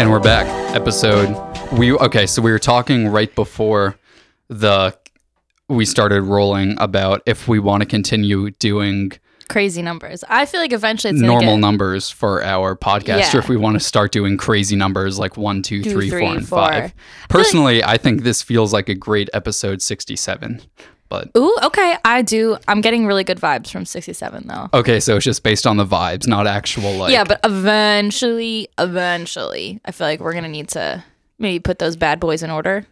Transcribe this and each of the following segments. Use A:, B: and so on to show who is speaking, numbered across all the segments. A: And we're back. Episode. We okay. So we were talking right before the we started rolling about if we want to continue doing
B: Crazy numbers. I feel like eventually it's gonna
A: normal
B: get
A: numbers for our podcast, or
B: Yeah.
A: if we want to start doing crazy numbers like one, two,
B: Two,
A: three, four,
B: three,
A: and
B: four. I feel
A: five.
B: like-
A: Personally, I think this feels like a great episode sixty-seven. But
B: Ooh, okay. I do. I'm getting really good vibes from 67 though.
A: okay, so it's just based on the vibes, not actual Oh, like.
B: yeah, but eventually, eventually, I feel like we're gonna need to maybe put those bad boys in order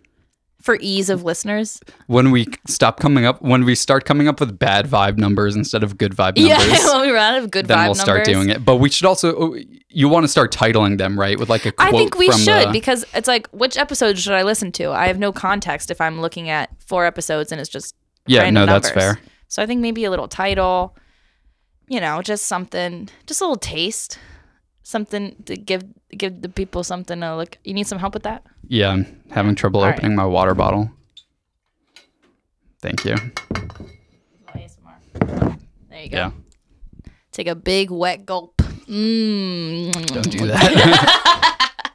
B: for ease of listeners.
A: when we stop coming up, when we start coming up with bad vibe numbers instead of good vibe numbers.
B: Yeah, when we run out of good
A: then
B: vibe
A: we'll start
B: numbers.
A: doing it. But we should also oh, you want to start titling them right with like a quote
B: I think we
A: from
B: should
A: the,
B: because it's like, which episode should I listen to? I have no context if I'm looking at four episodes and it's just
A: yeah no
B: random
A: that's
B: numbers.
A: fair
B: So I think maybe a little title, you know, just something, just a little taste, something to give give the people something to look. You need some help with that?
A: yeah I'm having trouble
B: All right.
A: opening my water bottle thank you
B: There you go.
A: yeah
B: Take a big wet gulp. Mmm.
A: don't do that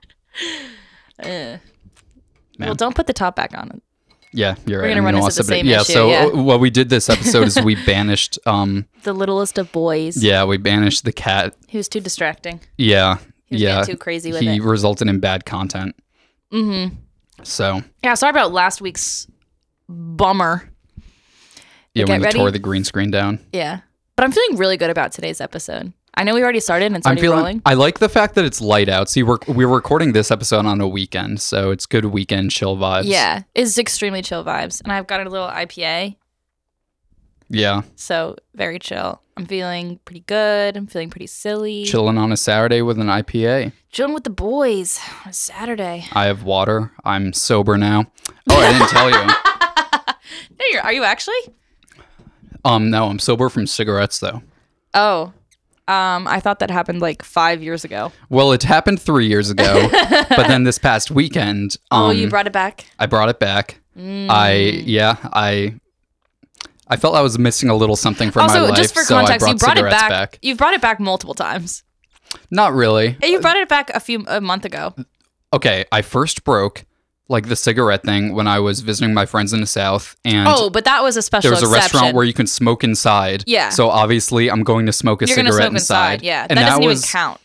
B: Well, don't put the top back on.
A: yeah you're right
B: gonna
A: I'm
B: run
A: want
B: into the
A: somebody-
B: same
A: yeah
B: issue,
A: so
B: yeah.
A: uh, what we did this episode is we banished um
B: The littlest of boys.
A: yeah we banished the cat
B: He was too distracting.
A: yeah
B: He was
A: yeah
B: getting too crazy with
A: he
B: it.
A: resulted in bad content mm-hmm so
B: Yeah, sorry about last week's bummer.
A: yeah
B: Get
A: when we
B: ready.
A: tore the green screen down
B: Yeah. But I'm feeling really good about today's episode. I know we already started and it's
A: I'm
B: already
A: feeling.
B: rolling.
A: I like the fact that it's light out. See, we're we're recording this episode on a weekend, so it's good weekend chill vibes.
B: Yeah, it's extremely chill vibes. And I've got a little IPA,
A: yeah,
B: so very chill. I'm feeling pretty good. I'm feeling pretty silly.
A: chilling on a Saturday with an IPA.
B: Chilling with the boys on a Saturday.
A: I have water. I'm sober now. Oh, I didn't tell you.
B: There you are. Are you actually?
A: Um, no, I'm sober from cigarettes though.
B: Oh, um, I thought that happened like five years ago.
A: Well, it happened three years ago, but then this past weekend, um,
B: oh, you brought Mm. it back?
A: I brought it back. I yeah, I. I felt I was missing a little something from my
B: Also,
A: life,
B: just for
A: so I
B: context,
A: brought
B: you brought it
A: cigarettes
B: back,
A: back.
B: You've brought it back multiple times.
A: Not really.
B: And you brought it back a few a month ago.
A: okay, I first broke like the cigarette thing when I was visiting my friends in the South, and
B: Oh, but that was a special
A: there was a
B: exception.
A: restaurant where you can smoke inside.
B: Yeah.
A: So obviously, I'm going to smoke a
B: you're
A: cigarette
B: gonna smoke
A: inside.
B: inside. Yeah,
A: and
B: that doesn't
A: was
B: even count.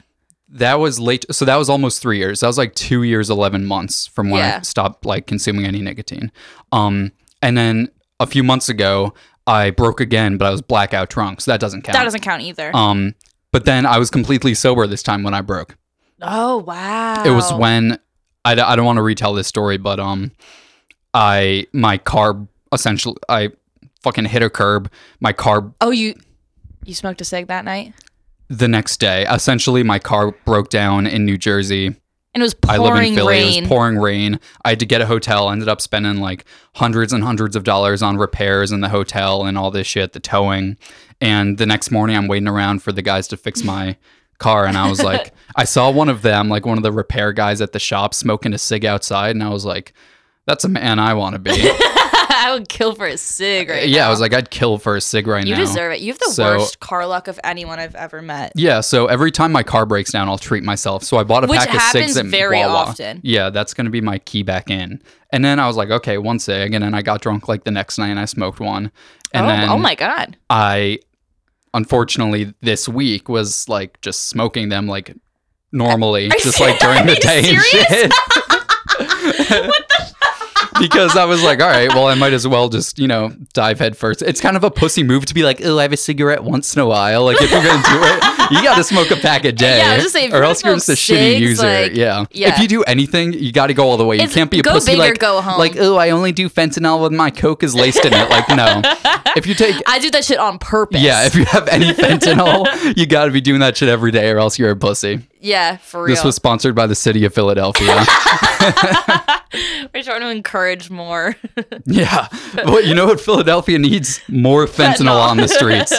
A: that was late. So that was almost three years. That was like two years, eleven months from when I
B: Yeah.
A: stopped like consuming any nicotine. Um, and then a few months ago, I broke again, but I was blackout drunk, so that doesn't count.
B: That doesn't count either.
A: Um, but then I was completely sober this time when I broke.
B: oh wow!
A: it was when I, d- I don't want to retell this story, but um, I my car essentially I fucking hit a curb. My car
B: Oh, you you smoked a cig that night,
A: the next day, essentially my car broke down in New Jersey.
B: and it was
A: I
B: pouring
A: live in Philly. It
B: rain.
A: was pouring rain. I had to get a hotel. I ended up spending like hundreds and hundreds of dollars on repairs in the hotel and all this shit, the towing. And the next morning, I'm waiting around for the guys to fix my car. And I was like, I saw one of them, like one of the repair guys at the shop, smoking a cig outside. And I was like, that's a man I want to be.
B: I would kill for a cig right
A: yeah, I
B: now.
A: was like, I'd kill for a cig right
B: you
A: now.
B: deserve it. You have the
A: So-
B: worst car luck of anyone I've ever met.
A: Yeah, so every time my car breaks down, I'll treat myself. So I bought a
B: Which
A: pack of cigs
B: happens
A: at
B: very
A: Wawa.
B: often.
A: Yeah, that's gonna be my key back in. And then I was like, okay, one cig, and then I got drunk like the next night, and I smoked one. And
B: oh,
A: then
B: oh my god!
A: I, unfortunately, this week was like just smoking them like normally, just like during the
B: Are
A: day
B: you serious?
A: and shit. because I was like, all right, well, I might as well just, you know, dive head first. It's kind of a pussy move to be like, oh, I have a cigarette once in a while. Like, if you're going to do it, you got to smoke a pack a day.
B: Yeah, I was just saying, if
A: or
B: you're
A: else you're
B: gonna
A: just a
B: smoke
A: shitty
B: cigs,
A: user.
B: like,
A: yeah.
B: yeah.
A: If you do anything, you got to go all the way. You
B: It's
A: can't be a
B: go
A: pussy
B: big or
A: like,
B: go home.
A: like, oh, I only do fentanyl when my Coke is laced in it. Like, no. if you take.
B: I do that shit on purpose.
A: Yeah, if you have any fentanyl, you got to be doing that shit every day, or else you're a pussy.
B: yeah, for real.
A: This was sponsored by the city of Philadelphia.
B: We're trying to encourage more.
A: Yeah. Well, you know what? Philadelphia needs more fentanyl on the streets.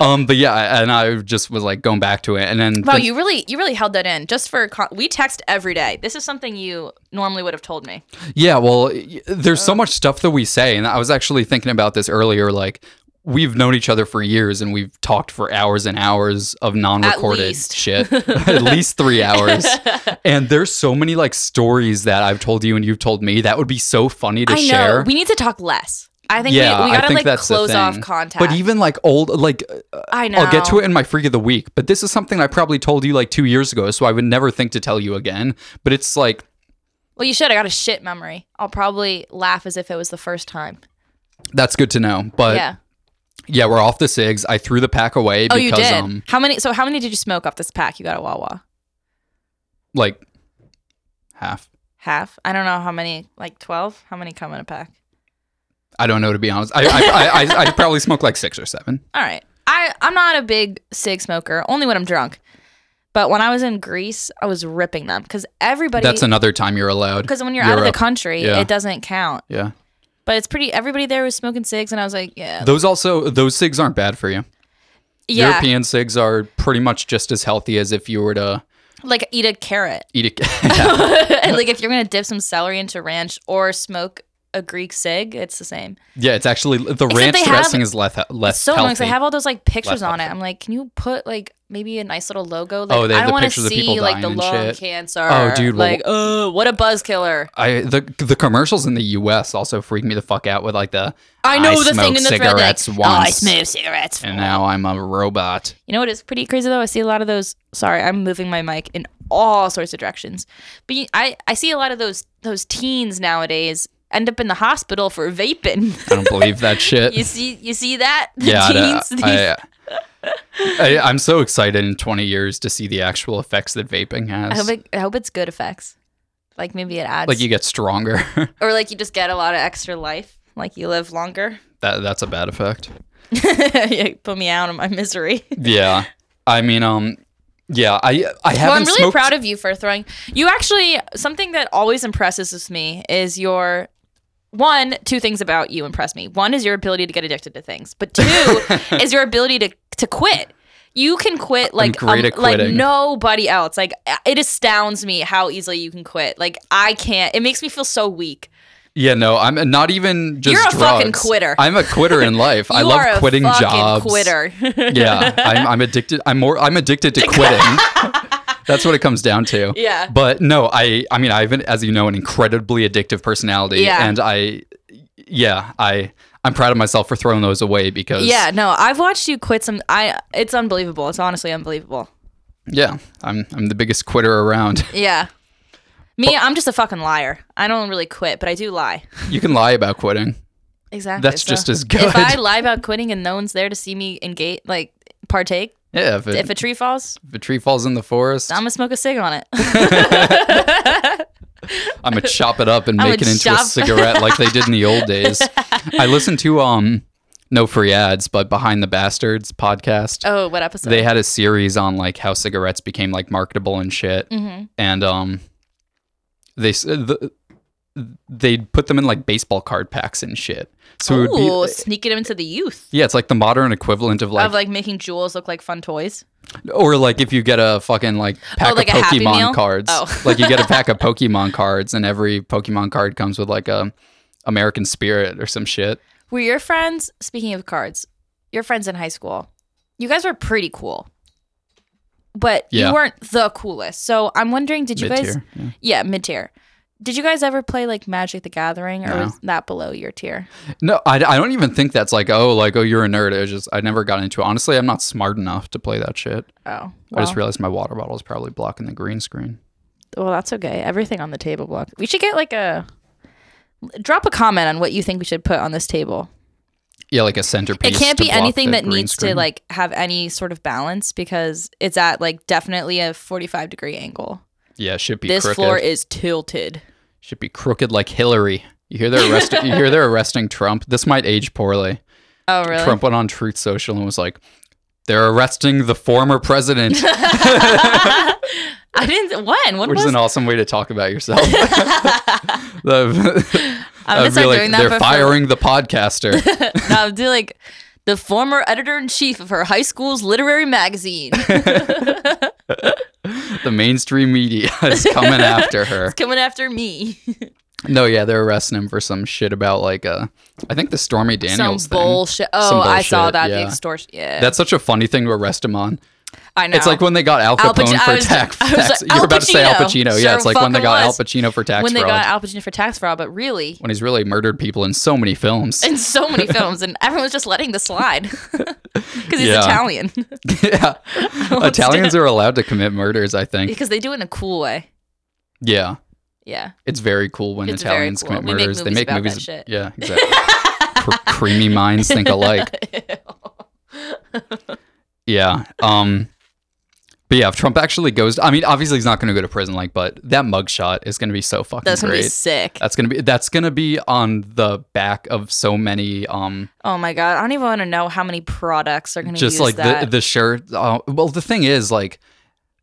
A: um, but yeah, and I just was like going back to it. And then,
B: wow,
A: the-
B: you really you really held that in. Just for con- we text every day. This is something you normally would have told me. Uh.
A: yeah, well, y- there's so much stuff that we say. And I was actually thinking about this earlier. Like, we've known each other for years and we've talked for hours and hours of non-recorded
B: least.
A: shit at least three hours and there's so many like stories that i've told you and you've told me that would be so funny to
B: I know.
A: share
B: We need to talk less. I think
A: yeah
B: we, we
A: i
B: gotta
A: think
B: like
A: that's
B: close
A: the thing.
B: off contact.
A: but even like old like
B: I know.
A: I'll get to it in my freak of the week, but this is something I probably told you like two years ago, so I would never think to tell you again. But it's like,
B: Well, you should. I got a shit memory. I'll probably laugh as if it was the first time.
A: that's good to know. But yeah,
B: yeah.
A: we're off the SIGs. I threw the pack away
B: Oh,
A: because,
B: you did.
A: um,
B: how many? So how many did you smoke off this pack? You got at Wawa.
A: like, half.
B: Half. I don't know how many. Like twelve. How many come in a pack?
A: I don't know, to be honest. I, I, I, I, I probably smoke like six or seven.
B: All right. I I'm not a big cig smoker. Only when I'm drunk. But when I was in Greece, I was ripping them because everybody.
A: That's another time you're allowed.
B: because when you're out of
A: Europe.
B: the country,
A: Yeah.
B: it doesn't count.
A: Yeah.
B: But it's pretty. Everybody there was smoking cigs, and I was like, yeah,
A: Those also, those SIGs aren't bad for you.
B: yeah,
A: European SIGs are pretty much just as healthy as if you were to
B: like eat a carrot.
A: eat a. Yeah.
B: And, like if you're gonna dip some celery into ranch or smoke a Greek cig, it's the same.
A: yeah, it's actually, the ranch
B: they have-
A: dressing is less, less
B: It's so annoying 'cause
A: healthy.
B: they have all those like
A: Less
B: pictures on it.
A: healthy.
B: I'm like, can you put like maybe a nice little logo? Like,
A: Oh, they
B: I
A: have
B: don't
A: the
B: want to
A: pictures of
B: see
A: people
B: like
A: dying
B: the
A: and
B: lung
A: shit.
B: cancer.
A: Oh, dude, well-
B: like, oh, what a buzz killer!
A: I the the commercials in the U.S. also freak me the fuck out with like the
B: I know the
A: smoked
B: thing in the thread
A: cigarettes
B: that's like, oh, I
A: once
B: smoke cigarettes.
A: and now I'm a robot.
B: You know what is pretty crazy though? I see a lot of those. Sorry, I'm moving my mic in all sorts of directions. But you- I I see a lot of those those teens nowadays end up in the hospital for vaping.
A: I don't believe that shit.
B: you see you see that? The
A: yeah, I-
B: teens, these-
A: I, I, I, am so excited in 20 years to see the actual effects that vaping has.
B: I hope it, I hope it's good effects. Like maybe it adds
A: like you get stronger.
B: or like you just get a lot of extra life. Like you live longer.
A: that that's a bad effect.
B: Yeah, Put me out of my misery.
A: Yeah, I mean, um, yeah, I I haven't
B: Well, I'm really
A: smoked.
B: proud of you for throwing. You actually something that always impresses with me is your one two things about you impress me. One is your ability to get addicted to things, but two is your ability to to quit. You can quit like um,
A: great at
B: like
A: quitting.
B: nobody else. Like it astounds me how easily you can quit. Like I can't. It makes me feel so weak.
A: yeah, no, I'm not even just.
B: You're a fucking
A: drugs.
B: quitter.
A: I'm a quitter in life. I
B: You
A: love
B: are a
A: quitting
B: fucking
A: jobs.
B: Quitter.
A: yeah I'm, I'm addicted i'm more i'm addicted to quitting that's what it comes down to
B: Yeah.
A: but no i i mean i've been as you know an incredibly addictive personality
B: Yeah.
A: and i yeah i i'm proud of myself for throwing those away because
B: Yeah. No, I've watched you quit some. I. It's unbelievable. It's honestly unbelievable.
A: yeah i'm i'm the biggest quitter around
B: Yeah. Me, I'm just a fucking liar. I don't really quit, but I do lie.
A: you can lie about quitting
B: Exactly.
A: that's just as good
B: If I lie about quitting and no one's there to see me engage, like partake,
A: yeah if, it,
B: if a tree falls,
A: if a tree falls in the forest
B: I'm
A: i'm,
B: gonna smoke a cig on it.
A: gonna chop it up and
B: I'm
A: make it
B: gonna
A: into a
B: chop-
A: cigarette like they did in the old days i listened to um no free ads but behind the bastards podcast
B: oh, what episode?
A: they had a series on like how cigarettes became like marketable and shit
B: Mhm.
A: and um they s- the, they'd put them in like baseball card packs and shit so it
B: Ooh,
A: would be
B: sneaking them to the youth
A: yeah it's like the modern equivalent of like,
B: of like making jewels look like fun toys.
A: or like if you get a fucking like pack
B: Oh, like a
A: of
B: Happy Meal?
A: pokemon cards
B: Oh.
A: like you get a pack of pokemon cards and every pokemon card comes with like a american spirit or some shit
B: Were your friends? Speaking of cards, your friends in high school, you guys were pretty cool, but
A: Yeah.
B: you weren't the coolest. So I'm wondering, did you guys?
A: mid-tier yeah.
B: Yeah, mid tier. Did you guys ever play like Magic the Gathering or
A: No.
B: was that below your tier?
A: no I, I don't even think that's like oh like oh you're a nerd it was just i never got into it honestly i'm not smart enough to play that shit
B: Oh,
A: I
B: well,
A: just realized my water bottle is probably blocking the green screen.
B: well, that's okay. Everything on the table block. We should get like a drop a comment on what you think we should put on this table.
A: Yeah, like a centerpiece.
B: it can't
A: to
B: be
A: block
B: anything
A: the
B: that
A: green
B: needs to
A: screen.
B: like have any sort of balance because it's at like definitely a 45 degree angle.
A: Yeah, it should be
B: this
A: crooked.
B: floor is tilted.
A: should be crooked like Hillary. You hear they're arresting. you hear they're arresting Trump. This might age poorly.
B: Oh, really?
A: Trump went on Truth Social and was like, "They're arresting the former president,"
B: I didn't when? What
A: which
B: was
A: is an awesome way to talk about yourself. The- I'd
B: I'm
A: be
B: gonna start
A: like,
B: doing that
A: They're
B: for
A: firing the podcaster.
B: No, I'll do like the former editor in chief of her high school's literary magazine
A: the mainstream media is coming after her.
B: coming after me.
A: No, yeah, they're arresting him for some shit about like uh I think the Stormy Daniels
B: Some
A: thing.
B: bullshit. Oh,
A: Some
B: I saw
A: bullshit,
B: that. The
A: yeah.
B: extortion. Yeah.
A: That's such a funny thing to arrest him on.
B: I know.
A: It's like when they got Al
B: Al Pac-
A: Capone
B: I
A: for
B: was-
A: tax.
B: I was
A: tax- you
B: like, Al
A: were about to say Al
B: Pacino.
A: Pacino.
B: Sure
A: yeah, it's like when they
B: fucking
A: got
B: was.
A: Al Pacino for tax
B: when they
A: fraud.
B: got Al Pacino for tax fraud, but really,
A: when he's really murdered people in so many films.
B: in so many films, and everyone's just letting this slide because he's
A: Yeah.
B: Italian.
A: yeah. Italians are allowed to commit murders, I think.
B: because they do it in a cool way.
A: Yeah.
B: Yeah.
A: It's very cool when
B: It's very
A: Italians
B: cool.
A: commit
B: We make
A: murders. they
B: movies
A: make
B: about
A: movies.
B: that shit.
A: Yeah, exactly. Cre- creamy minds think alike. Yeah. Um but yeah, if Trump actually goes I mean, obviously he's not gonna go to prison, like, but that mugshot is gonna be so fucking
B: That's gonna
A: great.
B: be sick.
A: that's gonna be that's gonna be on the back of so many um
B: Oh my god, I don't even want to know how many products are gonna
A: just
B: use
A: like
B: that.
A: the the shirt. Uh, well, the thing is, like,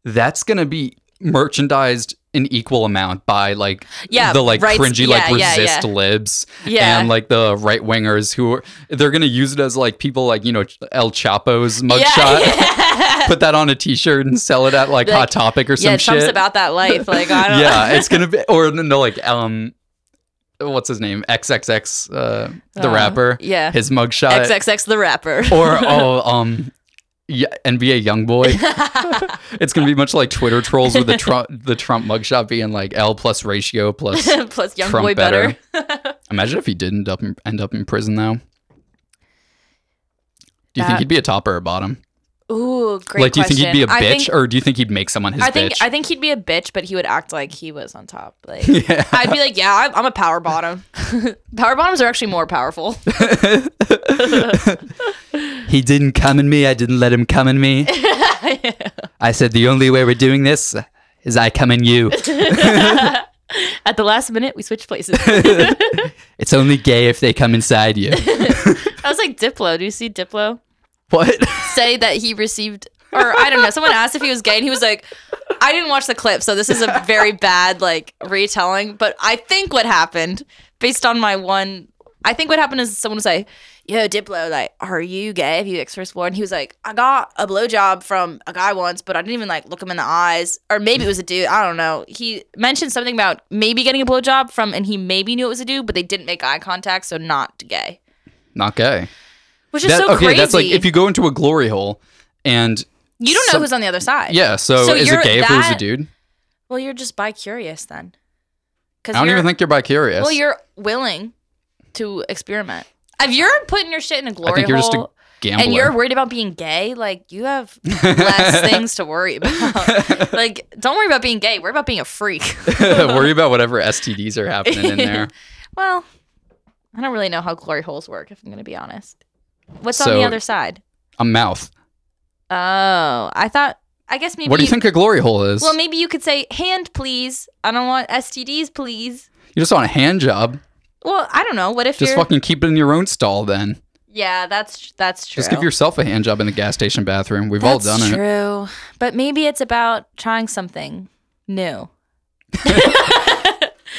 A: that's gonna be merchandised in equal amount by like
B: Yeah,
A: the like
B: rights-
A: cringy like
B: yeah, yeah,
A: resist
B: yeah.
A: libs
B: Yeah.
A: and like the right wingers who are they're gonna use it as like people like you know El Chapo's mugshot.
B: yeah.
A: Put that on a T-shirt and sell it at like,
B: Be like,
A: Hot Topic or some
B: yeah, Trump's
A: shit.
B: about that life. Like I don't.
A: yeah, it's gonna be or no, no, like um, what's his name? XXX, uh, the
B: Uh,
A: rapper.
B: yeah.
A: his mugshot.
B: XXX the rapper.
A: or oh um yeah, NBA YoungBoy. it's gonna be much like Twitter trolls with the Trump the Trump mugshot being like L plus ratio plus
B: Plus young
A: Trump
B: boy butter.
A: Imagine if he didn't up in, end up in prison though. Do you
B: That-
A: think he'd be a top or a bottom?
B: Ooh, great
A: like, do you
B: question.
A: think he'd be a
B: I
A: bitch,
B: think-
A: or do you think he'd make someone his
B: I think
A: bitch?
B: I think he'd be a bitch, but he would act like he was on top. Like
A: yeah.
B: I'd be like, yeah, I'm, I'm a power bottom. power bottoms are actually more powerful.
A: He didn't come in me. I didn't let him come in me. I said the only way we're doing this is I come in you.
B: At the last minute, we switched places.
A: It's only gay if they come inside you.
B: I was like Diplo. Do you see Diplo
A: what?
B: say that he received, or I don't know, someone asked if he was gay, and he was like, I didn't watch the clip, so this is a very bad like retelling. But I think what happened, based on my one, I think what happened is someone was like, Yo, Diplo, like, are you gay? Have you expressed one? He was like, I got a blowjob from a guy once, but I didn't even like look him in the eyes, or maybe it was a dude. I don't know. He mentioned something about maybe getting a blowjob from, and he maybe knew it was a dude, but they didn't make eye contact, so not gay.
A: Not gay.
B: Which is
A: That-
B: so
A: okay,
B: crazy.
A: that's like if you go into a glory hole and
B: You don't know
A: Some-
B: who's on the other side.
A: yeah, so,
B: So
A: is
B: you're
A: it gay if it was a
B: that-
A: dude?
B: Well, you're just bi curious then.
A: I
B: Because
A: don't even think you're bi curious.
B: Well, you're willing to experiment. If you're putting your shit in a glory
A: I think you're
B: hole
A: just a gambler.
B: and you're worried about being gay, like you have less things to worry about. like, don't worry about being gay. Worry about being a freak.
A: worry about whatever STDs are happening in there.
B: well, I don't really know how glory holes work. If I'm gonna be honest, what's on
A: So-
B: the other side?
A: A mouth.
B: Oh, I thought. I guess maybe.
A: What do you think a glory hole is?
B: Well, maybe you could say hand, please. I don't want STDs, please.
A: you just want a hand job.
B: Well, I don't know. What if
A: Just
B: you're?
A: fucking keep it in your own stall then.
B: yeah, that's that's true.
A: Just give yourself a hand job in the gas station bathroom. We've
B: that's
A: all done it.
B: true. But maybe it's about trying something new.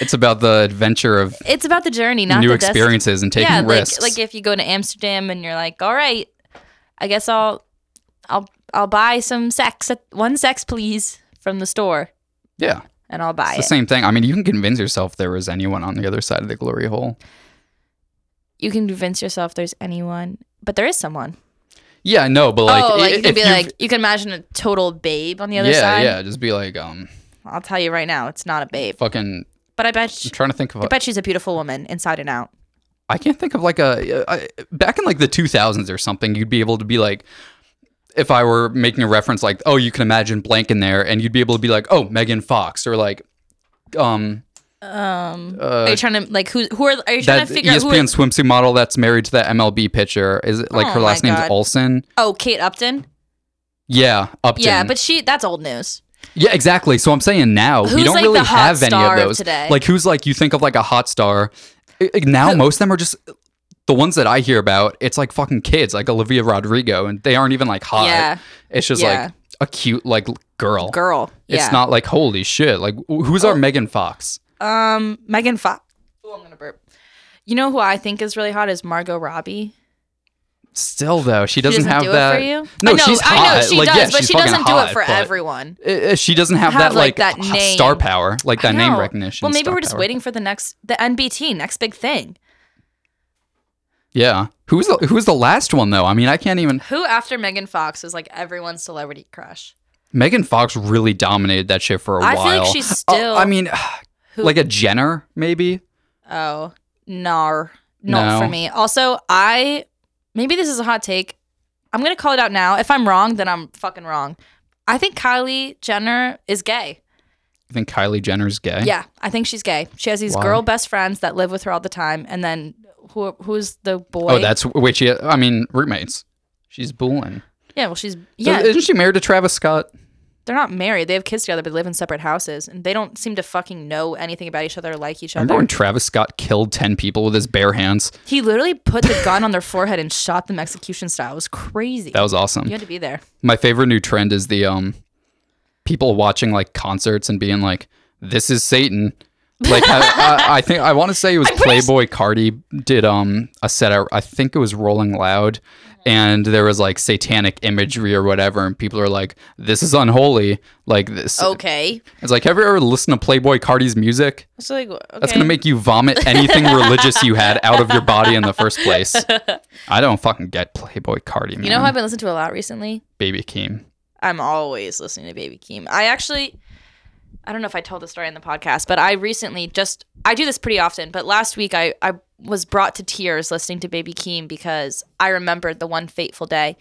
A: It's about the adventure of
B: It's about the journey, not
A: new
B: the dest-
A: experiences and taking
B: Yeah,
A: risks.
B: like like if you go to Amsterdam and you're like, all right, I guess I'll I'll I'll buy some sex at one sex please from the store
A: yeah.
B: and I'll buy
A: It's the
B: it.
A: same thing. I mean, you can convince yourself there was anyone on the other side of the glory hole.
B: You can convince yourself there's anyone, but there is someone.
A: Yeah, no, but like,
B: oh, like
A: i-
B: you can
A: if
B: be
A: you've-
B: like you can imagine a total babe on the other
A: yeah,
B: side.
A: yeah, just be like, um,
B: I'll tell you right now, it's not a babe.
A: fucking.
B: But I bet
A: I'm trying to think of.
B: I
A: A,
B: bet she's a beautiful woman inside and out.
A: I can't think of like a I, back in like the 2000s or something. You'd be able to be like, if I were making a reference, like, oh, you can imagine blank in there, and you'd be able to be like, oh, Megan Fox, or like, um,
B: Um,
A: uh,
B: are you trying to like who? Who are? Are you trying
A: that E
B: to figure out who?
A: ESPN swimsuit model that's married to that MLB pitcher. Is it like
B: Oh
A: her
B: my
A: last name's
B: God.
A: Olson?
B: oh, Kate Upton.
A: Yeah, Upton.
B: Yeah, but she that's old news.
A: Yeah, exactly. So I'm saying now we
B: Who's,
A: don't
B: like,
A: really
B: the hot
A: have any
B: star
A: of
B: of
A: those.
B: today?
A: Like who's like you think of like a hot star. I- I- Now most of them are just the ones that I hear about. It's like fucking kids, like Olivia Rodrigo, and they aren't even like hot.
B: Yeah.
A: It's just
B: Yeah.
A: like a cute like l- girl.
B: Girl.
A: It's
B: yeah. Oh.
A: not like holy shit. Like wh- who's our Megan Fox?
B: um Megan Fox. Oh, I'm gonna burp. You know who I think is really hot is Margot Robbie.
A: still though, she doesn't, have
B: do
A: that.
B: it for you.
A: No,
B: I know,
A: she's hot.
B: I know she
A: like,
B: does,
A: yeah,
B: but
A: she's
B: she
A: fucking
B: doesn't
A: hot,
B: do it for
A: but
B: everyone.
A: i- i- Uh, She doesn't have,
B: Have,
A: that
B: like,
A: like,
B: that
A: h- star
B: name.
A: power, like
B: I
A: that name
B: know.
A: recognition.
B: Well, maybe
A: star
B: we're just
A: power.
B: waiting for the next the NBT next big thing.
A: Yeah. Who's the Who's the last one though? I mean, I can't even.
B: Who after Megan Fox was like everyone's celebrity crush?
A: Megan Fox really dominated that shit for a
B: I feel
A: while.
B: like she's
A: Uh,
B: still-
A: I mean,
B: Who?
A: like a Jenner maybe.
B: Oh, nar, not
A: No.
B: for me. Also, I maybe this is a hot take. I'm gonna call it out now. If I'm wrong, then I'm fucking wrong. I think Kylie Jenner is gay.
A: You think Kylie Jenner's gay?
B: Yeah, I think she's gay. She has these
A: Why?
B: girl best friends that live with her all the time, and then who who's the boy?
A: Oh, that's which. She, I mean, roommates. She's booling.
B: yeah. Well, she's
A: Yeah.
B: yeah.
A: Isn't she married to Travis Scott?
B: they're not married. They have kids together, but they live in separate houses, and they don't seem to fucking know anything about each other or like each
A: Remember
B: other.
A: when Travis Scott killed ten people with his bare hands?
B: He literally put the gun on their forehead and shot them execution style. It was crazy.
A: That was awesome.
B: you had to be there.
A: My favorite new trend is the um people watching like concerts and being like, "This is Satan." Like I, I, I think I want to say it was
B: pretty s-
A: Playboy Cardi did um a set. Out, I think it was Rolling Loud, and there was like satanic imagery or whatever, and people are like, "This is unholy." Like this,
B: Oh. Okay.
A: it's like, have you ever listened to Playboy Cardi's music?
B: So like, okay.
A: That's gonna make you vomit anything religious you had out of your body in the first place. I don't fucking get Playboy Cardi, man.
B: You know who I've been listening to a lot recently?
A: Baby Keem.
B: I'm always listening to Baby Keem. I actually, I don't know if I told the story in the podcast, but I recently just, I do this pretty often, but last week I, I was brought to tears listening to Baby Keem because I remembered the one fateful day.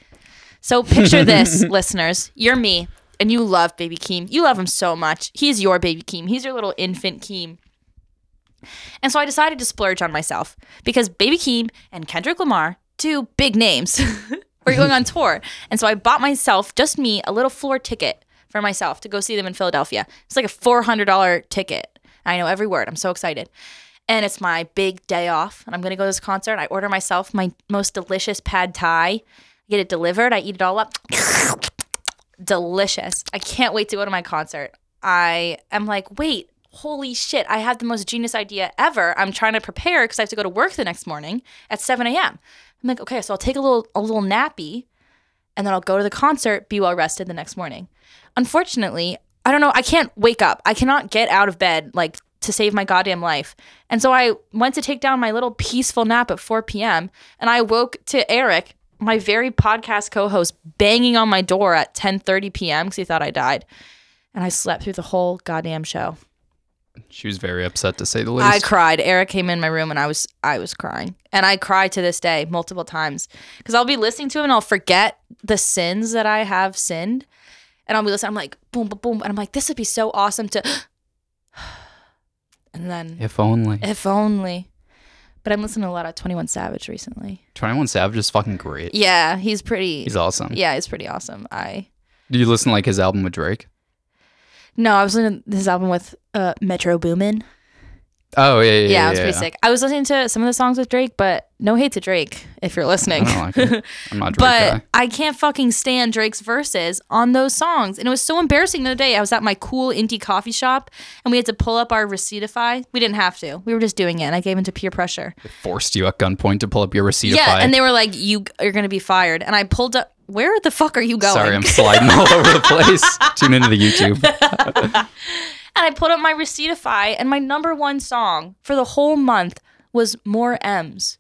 B: So picture this, listeners. You're me and you love Baby Keem. You love him so much. He's your Baby Keem, he's your little infant Keem. And so I decided to splurge on myself because Baby Keem and Kendrick Lamar, two big names, were going on tour. And so I bought myself, just me, a little floor ticket for myself to go see them in Philadelphia. It's like a $400 ticket. I know every word. I'm so excited. And it's my big day off, and I'm going to go to this concert. I order myself my most delicious pad thai, I get it delivered, I eat it all up. Delicious. I can't wait to go to my concert. I am like, wait, holy shit, I had the most genius idea ever. I'm trying to prepare because I have to go to work the next morning at 7 a.m. I'm like, okay, so I'll take a little a little nappy and then I'll go to the concert, be well rested the next morning. Unfortunately, I don't know, I can't wake up. I cannot get out of bed like to save my goddamn life. And so I went to take down my little peaceful nap at 4 p.m. and I woke to Eric, my very podcast co-host, banging on my door at 10:30 p.m. because he thought I died. And I slept through the whole goddamn show.
A: She was very upset to say the least.
B: I cried. Eric came in my room and I was I was crying. And I cry to this day multiple times cuz I'll be listening to him and I'll forget the sins that I have sinned. And I'll be listening I'm like boom boom boom and I'm like this would be so awesome to And then
A: if only.
B: if only but I'm listening to a lot of 21 Savage recently.
A: 21 Savage is fucking great.
B: Yeah, he's pretty
A: He's awesome.
B: Yeah, he's pretty awesome. I
A: Do you listen to like his album with Drake?
B: No, I was listening to his album with uh, Metro Boomin.
A: Oh, yeah, yeah.
B: Yeah, it was pretty sick. I was listening to some of the songs with Drake, but no hate to Drake if you're listening.
A: I don't like it. I'm not a Drake
B: but
A: guy.
B: I can't fucking stand Drake's verses on those songs. And it was so embarrassing the other day. I was at my cool indie coffee shop and we had to pull up our Receiptify. We didn't have to. We were just doing it and I gave into peer pressure.
A: They forced you at gunpoint to pull up your receipt.
B: Yeah, and they were like, You are gonna be fired. And I pulled up where the fuck are you going?
A: Sorry, I'm sliding all over the place. Tune into the YouTube.
B: and I pulled up my Receiptify and my number one song for the whole month was More M's.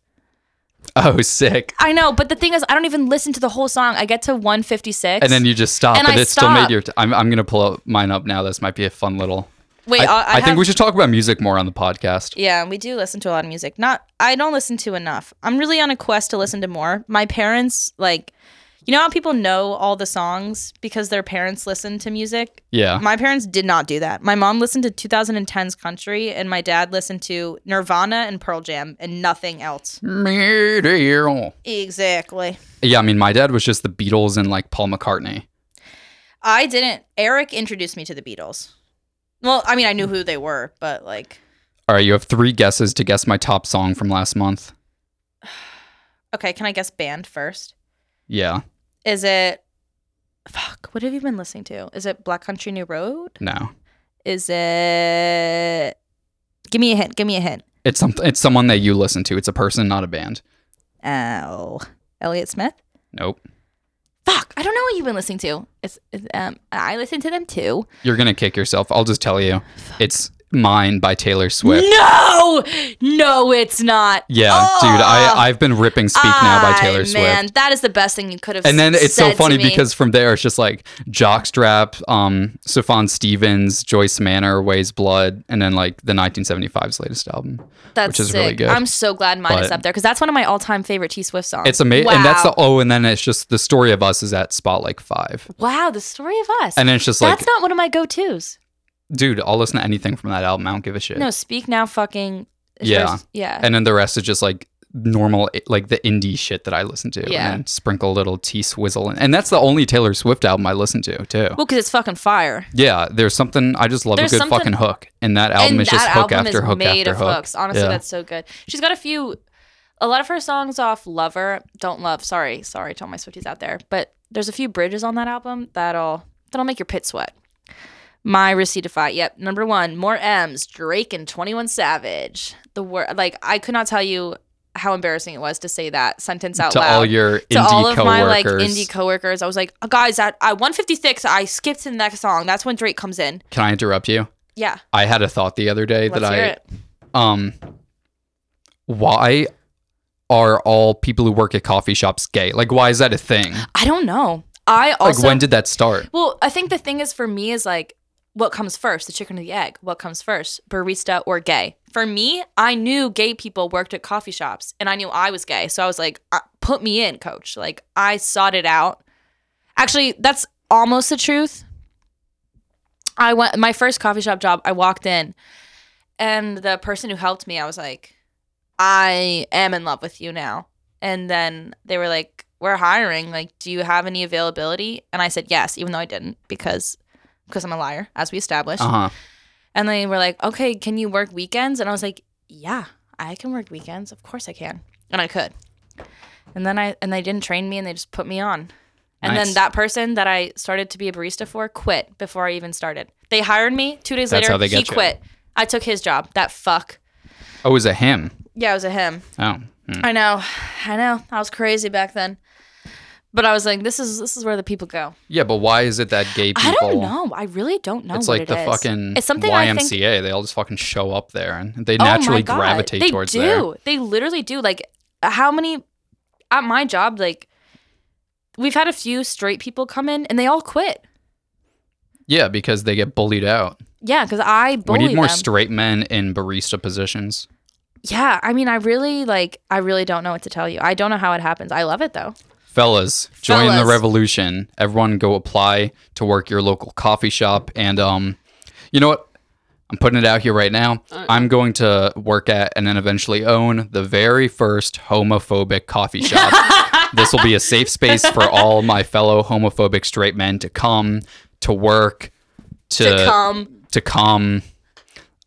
A: Oh, sick.
B: I know, but the thing is, I don't even listen to the whole song. I get to 156.
A: And then you just stop,
B: And
A: but
B: I
A: it still made
B: stop.
A: your. T- I'm, I'm going to pull up mine up now. This might be a fun little.
B: wait. uh,
A: I,
B: I,
A: I think we
B: should.
A: should talk about music more on the podcast.
B: Yeah, we do listen to a lot of music. Not I don't listen to enough. I'm really on a quest to listen to more. My parents like you know how people know all the songs because their parents listen to music?
A: Yeah.
B: My parents did not do that. My mom listened to 2010's country and my dad listened to Nirvana and Pearl Jam and nothing else.
A: Meteor.
B: Exactly.
A: Yeah, I mean, my dad was just the Beatles and like Paul McCartney.
B: I didn't Eric introduced me to the Beatles. Well, I mean I knew who they were, but like
A: All right, you have three guesses to guess my top song from last month.
B: okay, can I guess band first?
A: Yeah,
B: Is it fuck, what have you been listening to? Is it Black Country New Road?
A: no,
B: Is it? Give me a hint. Give me a hint.
A: it's something. It's someone that you listen to. It's a person, not a band.
B: Oh, Elliot Smith.
A: Nope.
B: Fuck, I don't know what you've been listening to. It's, it's um, I listen to them too.
A: You're gonna kick yourself. I'll just tell you. It's Mine by Taylor Swift.
B: No, no, it's not.
A: Yeah,
B: Oh!
A: dude, I I've been ripping "Speak Now" by
B: I-
A: Taylor Swift.
B: Man, that is the best thing you could have.
A: And then it's so
B: said to
A: funny
B: me.
A: because from there it's just like Jockstrap, um, Sufjan Stevens, Joyce Manor, Ways Blood, and then like the 1975's latest album.
B: that's
A: which is
B: sick.
A: really good.
B: I'm so glad mine is
A: But-
B: up there because that's one of my all-time favorite T Swift songs.
A: It's amazing, and that's the
B: Wow.
A: oh, and then it's just the story of us is at spot like five,
B: wow. The story of us.
A: and then it's just like,
B: that's not one of my go-to's.
A: dude, I'll listen to anything from that album. I don't give a shit.
B: No, speak now, fucking.
A: Yeah.
B: There's- yeah.
A: And then the rest is just like normal, eh, like the indie shit that I listen to,
B: Yeah.
A: and then sprinkle a little T Swizzle, in. and that's the only Taylor Swift album I listen to too.
B: well, because it's fucking fire.
A: Yeah, there's something I just love
B: There's
A: a good
B: something-
A: fucking hook, and that album
B: and
A: is just
B: that
A: hook
B: album
A: after
B: is
A: hook
B: made
A: after
B: of
A: hook.
B: hooks. Honestly,
A: Yeah.
B: that's so good. She's got a few. A lot of her songs off "Lover," "Don't Love." Sorry, sorry to all my Swifties out there, but there's a few bridges on that album that'll that'll make your pit sweat. My Receivetify, yep, number one. More M's, Drake and Twenty One Savage. The word, like, I could not tell you how embarrassing it was to say that sentence out
A: to
B: loud
A: all your
B: to
A: indie
B: all of
A: coworkers.
B: my like indie coworkers. I was like, "Oh, guys, at, at 156, I skipped to the next song. That's when Drake comes in.
A: Can I interrupt you?
B: Yeah,
A: I had a thought the other day
B: let's
A: that
B: hear
A: I
B: it.
A: um why are all people who work at coffee shops gay? Like why is that a thing?
B: I don't know. I
A: Like
B: also
A: when did that start?
B: well, I think the thing is for me is like what comes first, the chicken or the egg? What comes first, barista or gay? For me, I knew gay people worked at coffee shops, and I knew I was gay, so I was like, uh, put me in, coach. Like I sought it out. Actually, that's almost the truth. I went my first coffee shop job. I walked in, and the person who helped me, I was like, I am in love with you now. And then they were like, We're hiring. Like, do you have any availability? And I said yes, even though I didn't because because I'm a liar, as we established.
A: Uh-huh.
B: And they were like, Okay, can you work weekends? And I was like, Yeah, I can work weekends. Of course I can. And I could. And then I and they didn't train me and they just put me on. And
A: Nice.
B: then that person that I started to be a barista for quit before I even started. They hired me. Two days
A: That's
B: later,
A: how they
B: he
A: get you.
B: quit. I took his job. That fuck.
A: Oh, it was a him.
B: Yeah, it was a him.
A: Oh. hmm.
B: I know, I know. I was crazy back then, but I was like, this is this is where the people go.
A: Yeah, but why is it that gay people
B: I don't know. I really don't know.
A: It's
B: what
A: like
B: it
A: the
B: is.
A: fucking
B: It's something I
A: YMCA.
B: think-
A: They all just fucking show up there and they
B: Oh my
A: naturally
B: God.
A: gravitate
B: they
A: towards
B: do.
A: there.
B: They literally do. Like, how many at my job? Like, we've had a few straight people come in, and they all quit.
A: Yeah, because they get bullied out.
B: Yeah, because I bully
A: we need more
B: them.
A: straight men in barista positions.
B: yeah, I mean, I really like. I really don't know what to tell you. I don't know how it happens. I love it though.
A: Fellas, join the
B: Fellas.
A: revolution. Everyone go apply to work your local coffee shop. And um, you know what? I'm putting it out here right now. I'm going to work at and then eventually own the very first homophobic coffee shop. this will be a safe space for all my fellow homophobic straight men to come to work to,
B: To come,
A: to come.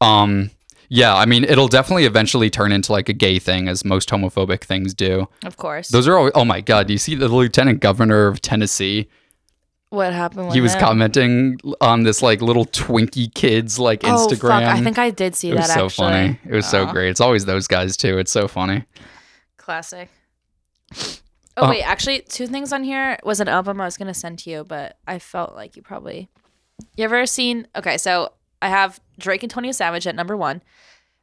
A: Um, yeah, I mean, it'll definitely eventually turn into like a gay thing, as most homophobic things do.
B: of course.
A: Those are all. Oh my God! Do you see the lieutenant governor of Tennessee?
B: what happened? With
A: He was
B: him?
A: commenting on this like little Twinkie kids like
B: Oh,
A: Instagram.
B: fuck. I think I did see
A: it was
B: that
A: so
B: actually.
A: funny. It was so
B: Aw.
A: great. It's always those guys too. It's so funny.
B: Classic. Oh
A: Uh,
B: wait, actually, two things on here was an album I was gonna send to you, but I felt like you probably. You ever seen? Okay, so I have Drake and Tony Savage at number one,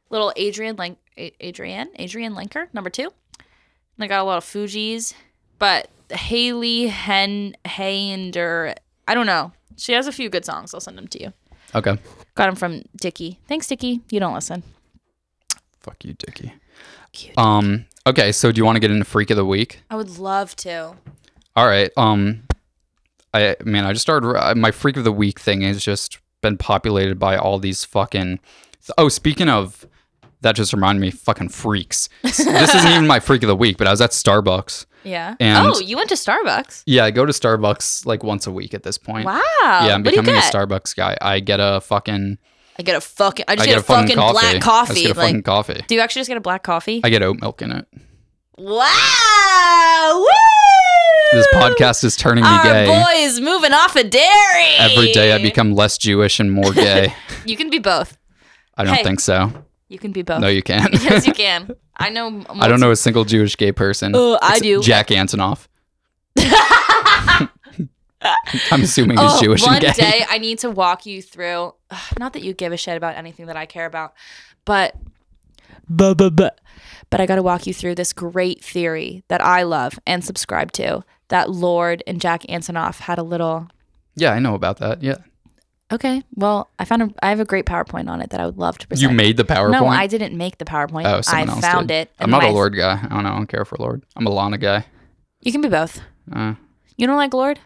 B: little Adrian Link, A- Adrian Adrian Linker number two. And I got a lot of Fuji's, but Haley Hen Hayander. I don't know. She has a few good songs. I'll send them to you.
A: Okay.
B: Got them from Dickie. Thanks, Dickie. You don't listen.
A: Fuck you, Dickie.
B: Cute.
A: Um. Okay. So do you want to get into freak of the week?
B: I would love to.
A: All right. Um. I man, I just started uh, my freak of the week thing has just been populated by all these fucking. Oh, speaking of, that just reminded me. Fucking freaks. this isn't even my freak of the week, but I was at Starbucks.
B: Yeah.
A: And-
B: oh, you went to Starbucks.
A: Yeah, I go to Starbucks like once a week at this point.
B: Wow.
A: Yeah, I'm
B: what do you
A: becoming a
B: get?
A: Starbucks guy. I get a fucking
B: I get a fucking. I
A: I
B: just get, a fucking, black
A: I
B: coffee.
A: just get a
B: like,
A: fucking coffee.
B: do you actually just get a black coffee?
A: I get oat milk in it.
B: wow. Woo!
A: This podcast is turning me
B: Our
A: gay.
B: boy is moving off of dairy.
A: Every day I become less Jewish and more gay.
B: You can be both.
A: I don't
B: Hey. Oh.
A: think so.
B: You can be both.
A: No, you can't.
B: yes, you can. I know.
A: I don't know a single Jewish gay person.
B: Uh, I
A: It's
B: do.
A: Jack Antonoff. I'm assuming he's
B: Oh,
A: Jewish
B: one
A: and gay.
B: day I need to walk you through. ugh, Not that you give a shit about anything that I care about, but but but but, but I got to walk you through this great theory that I love and subscribe to. That Lord and Jack Antonoff had a little.
A: Yeah, I know about that. Yeah.
B: Okay, well, I found a. I have a great PowerPoint on it that I would love to present.
A: You made the PowerPoint?
B: No, I didn't make the PowerPoint.
A: Oh,
B: I
A: someone else
B: found
A: did.
B: it.
A: I'm
B: and
A: not a
B: my-
A: Lord guy. I don't know. I don't care for Lord. I'm a Lana guy.
B: You can be both.
A: Uh,
B: You don't like Lord?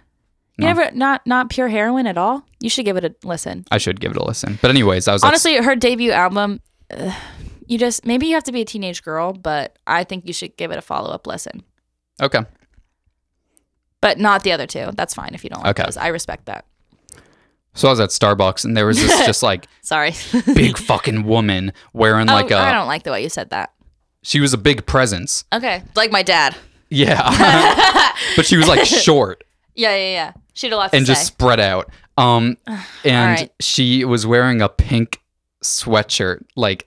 A: No.
B: You never not not pure heroin at all. You should give it a listen.
A: I should give it a listen. But anyways, I was like,
B: Honestly, her debut album. ugh, you just maybe you have to be a teenage girl, but I think you should give it a follow up listen.
A: okay.
B: But not the other two. That's fine if you don't like
A: Okay.
B: those. I respect that.
A: So I was at Starbucks and there was this just like
B: Sorry.
A: big fucking woman wearing like uh,
B: oh, I
A: a
B: don't like the way you said that.
A: she was a big presence.
B: Okay, like my dad.
A: Yeah. but she was like short
B: Yeah, yeah, yeah. She'd a lot to
A: and
B: say.
A: just spread out. Um and
B: right.
A: she was wearing a pink sweatshirt, like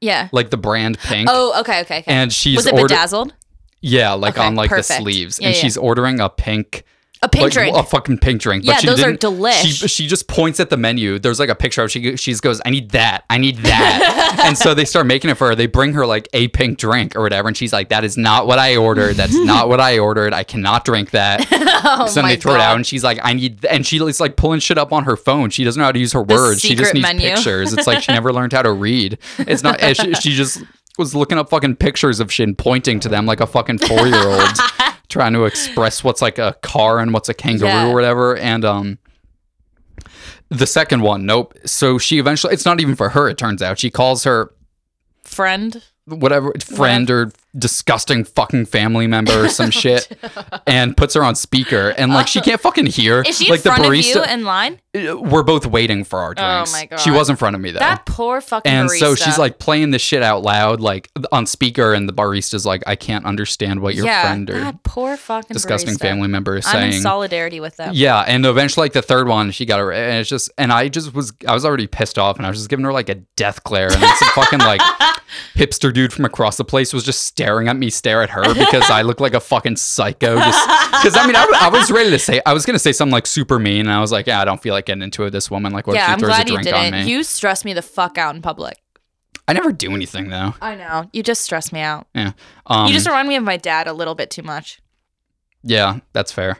B: yeah.
A: like the brand pink.
B: Oh, okay, okay, okay.
A: And she's
B: Was it
A: order-
B: bedazzled?
A: yeah, like
B: Okay,
A: on like
B: perfect.
A: the sleeves,
B: Yeah,
A: and
B: yeah.
A: she's ordering a pink
B: A pink
A: like,
B: drink.
A: a fucking pink drink.
B: Yeah,
A: but she
B: those are
A: didn't-
B: delish.
A: She, she just points at the menu. There's like a picture of she. go- She just goes, "I need that. I need that." and so they start making it for her. They bring her like a pink drink or whatever, and she's like, "That is not what I ordered. That's not what I ordered. I cannot drink that."
B: oh
A: so then
B: my
A: they throw it out,
B: God.
A: and she's like, "I need," th-, and she's like pulling shit up on her phone. She doesn't know how to use her words. She just
B: secret
A: needs
B: menu.
A: pictures. It's like she never learned how to read. It's not. and She, she just was looking up fucking pictures of shit and pointing to them like a fucking four year old, trying to express what's like a car and what's a kangaroo
B: Yeah.
A: or whatever. And um, the second one, nope. So she eventually, it's not even for her. It turns out she calls her
B: Friend.
A: whatever friend or disgusting fucking family member or some shit and puts her on speaker and like she can't fucking hear
B: Is she
A: like Uh,
B: in front of you in line?
A: we're both waiting for our drinks
B: my God.
A: she was in front of me though
B: That poor fucking
A: and
B: barista.
A: so she's like playing this shit out loud like on speaker and the barista's like i can't understand what your
B: yeah,
A: friend or
B: that poor fucking
A: disgusting
B: barista.
A: family member is
B: I'm in
A: saying
B: solidarity with them.
A: yeah, and eventually, like the third one, she got her, and it's just, and I just was, I was already pissed off, and I was just giving her like a death glare, and then some fucking like hipster dude from across the place was just staring at me, stare at her because I look like a fucking psycho. Because I mean, I, I was ready to say, I was gonna say something like super mean, and I was like, yeah, I don't feel like getting into it. This woman, like, what
B: yeah,
A: if
B: I'm
A: she throws a
B: glad you
A: drink on
B: didn't.
A: me?
B: You stress me the fuck out in public.
A: I never do anything though.
B: I know. You just stress me out.
A: Yeah, um,
B: you just remind me of my dad a little bit too much.
A: yeah, that's fair.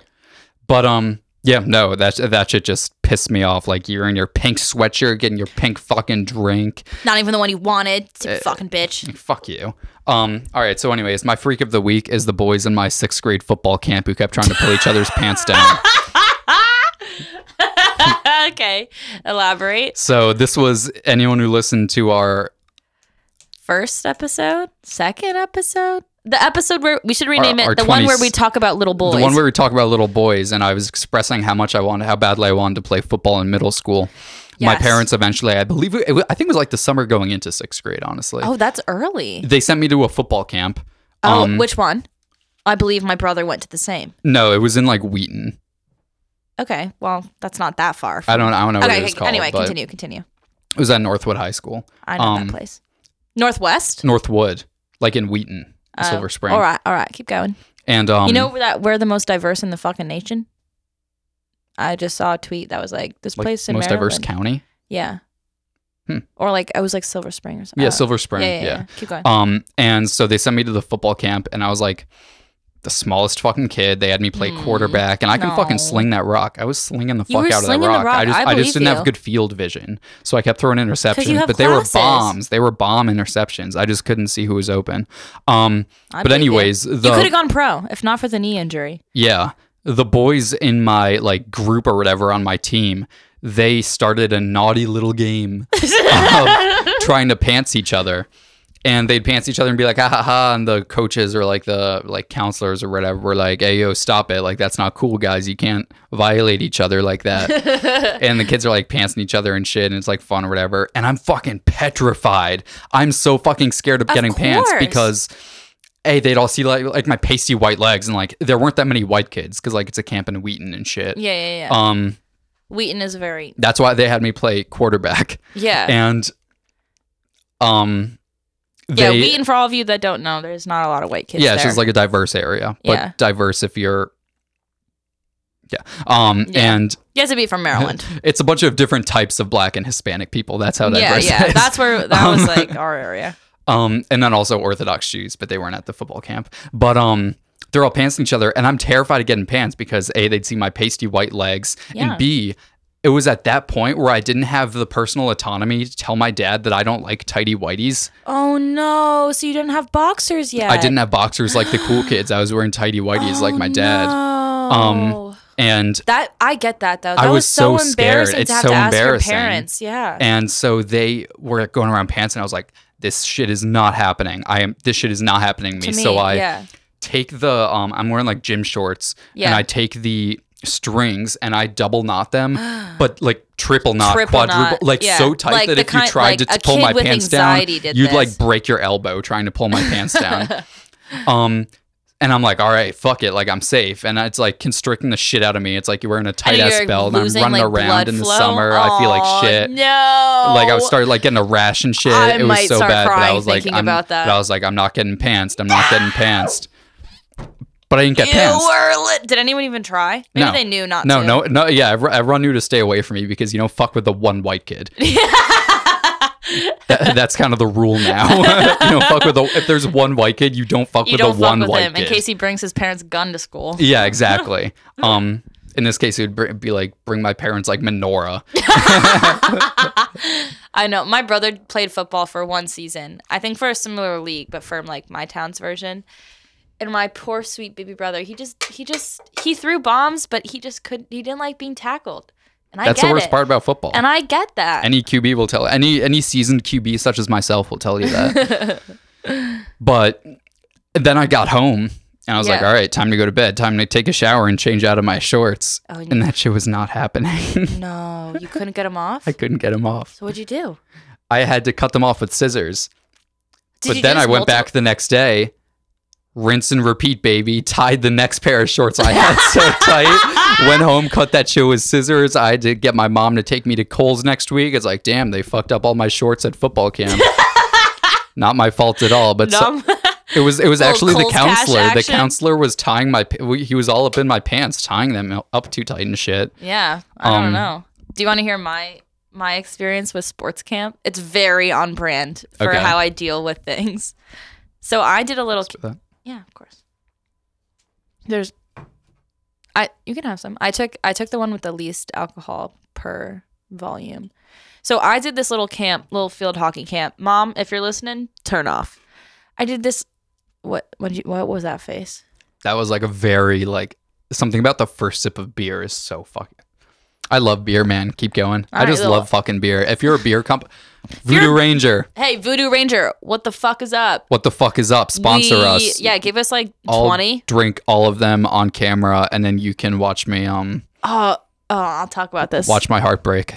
A: But um, yeah, no, that that shit just pissed me off. Like you're in your pink sweatshirt, getting your pink fucking drink.
B: Not even the one you wanted, you
A: Uh,
B: fucking bitch.
A: Fuck you. Um. All right. So, anyways, my freak of the week is the boys in my sixth grade football camp who kept trying to pull each other's pants down.
B: okay, elaborate.
A: So this was anyone who listened to our
B: First episode, second episode, the episode where we should rename
A: Our-
B: it,
A: our
B: the one where
A: 20s
B: we talk about little boys.
A: the one where we talk about little boys, and I was expressing how much I wanted, how badly I wanted to play football in middle school. My
B: Yes.
A: parents eventually, I believe, it, wa- I think it was like the summer going into sixth grade. Honestly,
B: oh, that's early.
A: they sent me to a football camp.
B: Oh,
A: um,
B: which one? I believe my brother went to the same.
A: No, it was in like Wheaton.
B: Okay, well, that's not that far.
A: I don't, I don't know what
B: okay,
A: it was
B: okay,
A: called.
B: anyway,
A: but
B: continue, continue.
A: It was at Northwood High School,
B: I know
A: Um,
B: that place. Northwest.
A: Northwood, like in Wheaton, in
B: Oh,
A: Silver Spring.
B: All right, all right, keep going.
A: And um,
B: you know where that we're the most diverse in the fucking nation. I just saw a tweet that was like this
A: like
B: place in
A: most diverse
B: Maryland.
A: county.
B: Yeah.
A: Hmm.
B: Or like I was like Silver Spring or something.
A: Yeah,
B: Uh,
A: Silver Spring.
B: yeah,
A: Yeah,
B: yeah, yeah. Keep going.
A: Um, and so they sent me to the football camp, and I was like the smallest fucking kid. They had me play
B: Mm,
A: quarterback, and I can
B: no.
A: fucking sling that rock. I was slinging the
B: You
A: fuck out
B: were
A: of that
B: slinging the
A: rock. I
B: rock.
A: just,
B: I
A: I, just
B: believe
A: didn't
B: you.
A: have good field vision, so I kept throwing interceptions.
B: have
A: But they
B: glasses.
A: were bombs. They were bomb interceptions. I just couldn't see who was open. Um,
B: I
A: but
B: believe you.
A: anyways,
B: you could have
A: the
B: gone pro if not for the knee injury.
A: yeah, the boys in my like group or whatever on my team, they started a naughty little game of trying to pants each other. And they'd pants each other and be like, ha ha ha. And the coaches or like the like counselors or whatever were like, hey, yo, stop it. Like, that's not cool, guys. You can't violate each other like that. and the kids are like pantsing each other and shit. And it's like fun or whatever. And I'm fucking petrified. I'm so fucking scared of,
B: Of
A: getting pants
B: course.
A: because, hey, they'd all see like, like my pasty white legs. And like, there weren't that many white kids because like it's a camp in Wheaton and shit.
B: Yeah, yeah, yeah.
A: Um,
B: Wheaton is very
A: that's why they had me play quarterback
B: yeah.
A: and Um,
B: yeah,
A: they-
B: Wheaton, for all of you that don't know, there's not a lot of white kids
A: yeah,
B: there.
A: it's just like a diverse area, but
B: Yeah.
A: diverse if you're. Yeah. Um,
B: Yeah.
A: and
B: you have to be from Maryland.
A: it's a bunch of different types of black and Hispanic people. That's how
B: yeah,
A: diverse
B: yeah.
A: it is.
B: That's where that was
A: Um,
B: like our area.
A: um, and then also Orthodox Jews, but they weren't at the football camp. But um, they're all pantsing each other, and I'm terrified of getting pants because a they'd see my pasty white legs,
B: Yeah.
A: and b it was at that point where I didn't have the personal autonomy to tell my dad that I don't like tidy whities.
B: Oh no! So you didn't have boxers yet?
A: I didn't have boxers like the cool kids. I was wearing tidy whities
B: Oh,
A: like my dad,
B: Um,
A: and
B: that I get that though. That
A: I
B: was,
A: was
B: so,
A: so scared.
B: embarrassing
A: It's
B: to have
A: so
B: to ask your
A: embarrassing.
B: parents. Yeah.
A: and so they were going around pants, and I was like, "This shit is not happening. I am. This shit is not happening to me."
B: to me,
A: So I
B: yeah.
A: take the um I'm wearing like gym shorts
B: Yeah.
A: and I take the strings and I double knot them but like triple knot
B: Triple
A: quadruple
B: knot,
A: like
B: yeah.
A: so tight
B: Like
A: that
B: the
A: if you
B: kind-
A: tried
B: like
A: to
B: a
A: pull
B: kid
A: my
B: with
A: pants
B: anxiety
A: down
B: did
A: you'd like
B: this.
A: break your elbow trying to pull my pants down um and I'm like all right fuck it like I'm safe and it's like constricting the shit out of me it's like you're wearing a tight
B: And
A: ass
B: you're
A: belt and I'm
B: losing,
A: running
B: like,
A: around
B: blood
A: in the
B: flow?
A: summer I feel
B: Aw,
A: like shit
B: No.
A: like I started like getting a rash and shit.
B: Oh, I
A: it was
B: might
A: so
B: start
A: bad, but I
B: crying
A: was like,
B: thinking
A: I'm,
B: about that.
A: but I was like, I'm not getting pantsed. I'm not getting pantsed. But I didn't get
B: You
A: pantsed.
B: were lit. Did anyone even try? Maybe
A: No.
B: they knew not
A: No,
B: to.
A: no, no. Yeah, ev- everyone knew to stay away from me because you know, fuck with the one white kid. That- that's kind of the rule now. you know, fuck with the if there's one white kid, you don't fuck
B: You
A: with
B: don't
A: the
B: fuck
A: one
B: with
A: white
B: him
A: kid.
B: in case he brings his parents' gun to school.
A: yeah, exactly. um, in this case, it would br- be like bring my parents like menorah.
B: I know. My brother played football for one season. I think for a similar league, but from like my town's version. And my poor sweet baby brother, he just he just he threw bombs, but he just could he didn't like being tackled. And I
A: That's
B: get
A: the worst
B: it.
A: part about football.
B: And I get that.
A: any QB will tell any any seasoned QB such as myself will tell you that. but then I got home and I was like,
B: Yeah.
A: all right, time to go to bed, time to take a shower and change out of my shorts.
B: Oh, and you-
A: and that shit was not happening.
B: no, you couldn't get him off.
A: I couldn't get them off.
B: so what'd you do?
A: I had to cut them off with scissors.
B: Did
A: but
B: you do
A: then I
B: this
A: went
B: multiple-
A: back the next day, rinse and repeat, baby. Tied the next pair of shorts I had so tight. Went home, cut that shit with scissors. I had to get my mom to take me to Kohl's next week. It's like, damn, they fucked up all my shorts at football camp. Not my fault at all, but so-
B: Dumb.
A: it was it was
B: Little
A: actually the
B: Kohl's cash
A: counselor. The
B: action.
A: counselor was tying my pa- we- he was all up in my pants, tying them up too tight and shit.
B: Yeah, I don't
A: Um,
B: know. Do you want to hear my my experience with sports camp? It's very on brand for
A: Okay.
B: how I deal with things. So I did a little.
A: that.
B: Yeah, of course. There's, I you can have some. I took I took the one with the least alcohol per volume. So I did this little camp, little field hockey camp. Mom, if you're listening, turn off. I did this. What? What? Did you, what was that face?
A: That was like a very like something about the first sip of beer is so fucking. I love beer, man. Keep going.
B: right,
A: I just
B: well-
A: love fucking beer. If you're a beer comp,
B: you're-
A: Voodoo Ranger,
B: Hey, Voodoo Ranger, what the fuck is up?
A: what the fuck is up? Sponsor
B: We-
A: us.
B: Yeah, give us like
A: I'll
B: twenty.
A: Drink all of them on camera, and then you can watch me um
B: Oh, oh, I'll talk about this.
A: watch my heart break.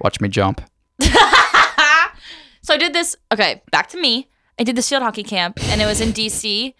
A: Watch me jump.
B: so I did this. Okay, back to me. I did the field hockey camp, and it was in DC,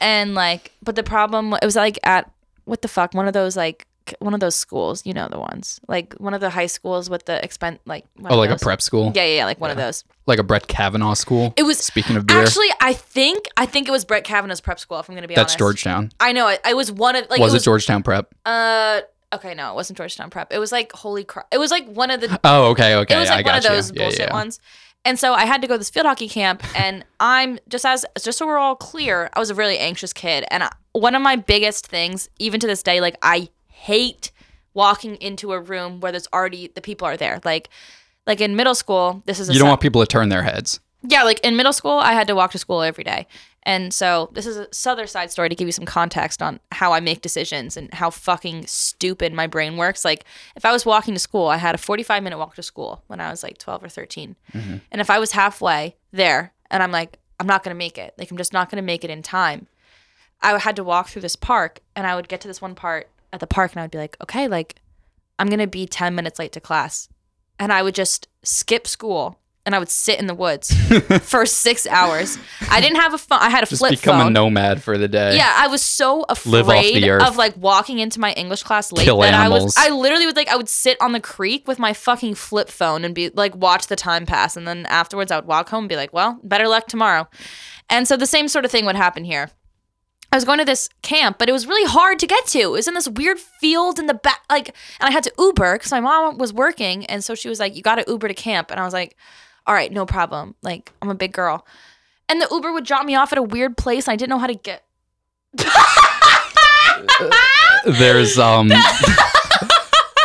B: and like, but the problem it was like at what the fuck one of those like one of those schools, you know the ones like one of the high schools with the expen like one
A: Oh,
B: of
A: like a
B: those.
A: prep school,
B: Yeah, yeah, yeah, like one of those.
A: like a Brett Kavanaugh school.
B: It was
A: Speaking of beer,
B: actually I think I think it was Brett Kavanaugh's prep school. If I'm gonna be
A: that's
B: honest,
A: Georgetown.
B: I know. I, I was one of like
A: was it,
B: it was
A: Georgetown Prep?
B: Uh, okay, no, it wasn't Georgetown Prep. It was like Holy Cross. It was like one of the.
A: Oh, okay, okay.
B: it was
A: I
B: like
A: got
B: one of
A: you.
B: those
A: Yeah,
B: bullshit
A: yeah.
B: ones. And so I had to go to this field hockey camp, and I'm just as just so we're all clear, I was a really anxious kid, and I, one of my biggest things, even to this day, like I hate walking into a room where there's already the people are there, like. Like in middle school, this is a
A: You don't
B: sum-
A: want people to turn their heads.
B: yeah, like in middle school, I had to walk to school every day. And so this is a southern side story to give you some context on how I make decisions and how fucking stupid my brain works. Like if I was walking to school, I had a 45 minute walk to school when I was like 12 or 13. And if I was halfway there and I'm like, I'm not going to make it. Like I'm just not going to make it in time. I had to walk through this park and I would get to this one part at the park and I'd be like, okay, like I'm going to be 10 minutes late to class. And I would just skip school and I would sit in the woods for six hours. I didn't have a phone. I had a
A: Just
B: flip
A: become a
B: phone.
A: nomad for the day.
B: yeah, I was so
A: Live off the
B: afraid
A: earth.
B: of like walking into my English class late
A: Kill
B: that
A: animals.
B: I was. I literally would like I would sit on the creek with my fucking flip phone and be like watch the time pass, and then afterwards I would walk home and be like, well, better luck tomorrow. And so the same sort of thing would happen here. I was going to this camp, but it was really hard to get to. It was in this weird field in the back, like, and I had to Uber because my mom was working, and so she was like, "You got to Uber to camp," and I was like, "All right, no problem. Like, I'm a big girl." And the Uber would drop me off at a weird place, and I didn't know how to get.
A: There's um.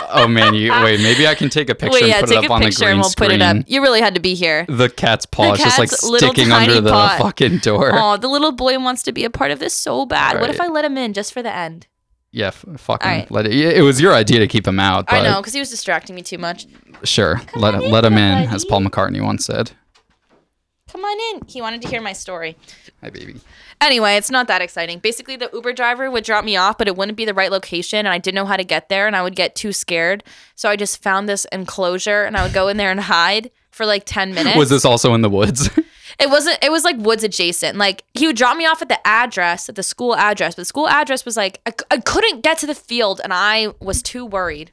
A: oh man, you wait. Maybe I can take a picture
B: Wait,
A: and
B: yeah,
A: put
B: take
A: it
B: a
A: up on the
B: picture
A: green
B: and we'll
A: screen.
B: put it up. You really had to be here.
A: The cat's paw is just like
B: cat's little
A: sticking
B: tiny
A: under the
B: paw.
A: fucking door.
B: Oh, the little boy wants to be a part of this so bad. What if
A: Right.
B: I let him in just for the end?
A: Yeah, f- fucking
B: All right.
A: let it. yeah, It was your idea to keep him out, but
B: I know, because he was distracting me too much.
A: sure, let
B: on in,
A: let him in,
B: buddy.
A: as Paul McCartney once said.
B: Come on in. He wanted to hear my story.
A: Hi, baby.
B: Anyway, it's not that exciting. Basically, the Uber driver would drop me off, but it wouldn't be the right location, and I didn't know how to get there, and I would get too scared. So I just found this enclosure, and I would go in there and hide for like ten minutes.
A: Was this also in the woods?
B: It wasn't. It was like woods adjacent. Like he would drop me off at the address, at the school address, but the school address was like I, c- I couldn't get to the field, and I was too worried.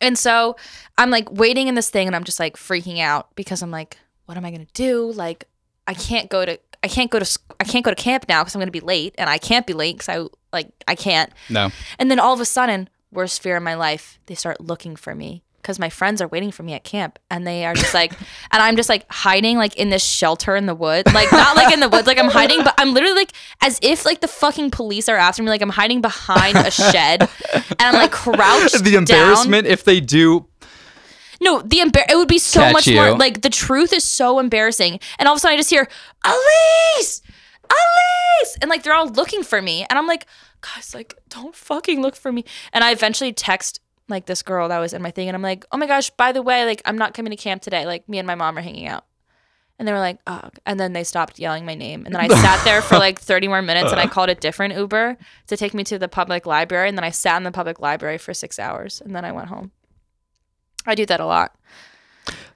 B: And so I'm like waiting in this thing, and I'm just like freaking out because I'm like, what am I gonna do? Like I can't go to I can't go to sc- I can't go to camp now because I'm gonna be late, and I can't be late because I like I can't.
A: no.
B: And then all of a sudden, worst fear in my life, they start looking for me because my friends are waiting for me at camp and they are just like, and I'm just like hiding like in this shelter in the woods. Like, not like in the woods, like I'm hiding, but I'm literally like as if like the fucking police are after me. Like, I'm hiding behind a shed and I'm like crouched.
A: The
B: down.
A: embarrassment if they do.
B: No, the embar- it would be so
A: Catch
B: much
A: you.
B: more like the truth is so embarrassing. And all of a sudden I just hear, Elise! Elise! And like they're all looking for me. And I'm like, guys, like, don't fucking look for me. And I eventually text like this girl that was in my thing, and I'm like, oh my gosh, by the way, like I'm not coming to camp today. Like me and my mom are hanging out. And they were like, oh. And then they stopped yelling my name. And then I sat there for like 30 more minutes and I called a different Uber to take me to the public library. And then I sat in the public library for six hours and then I went home. I do that a lot.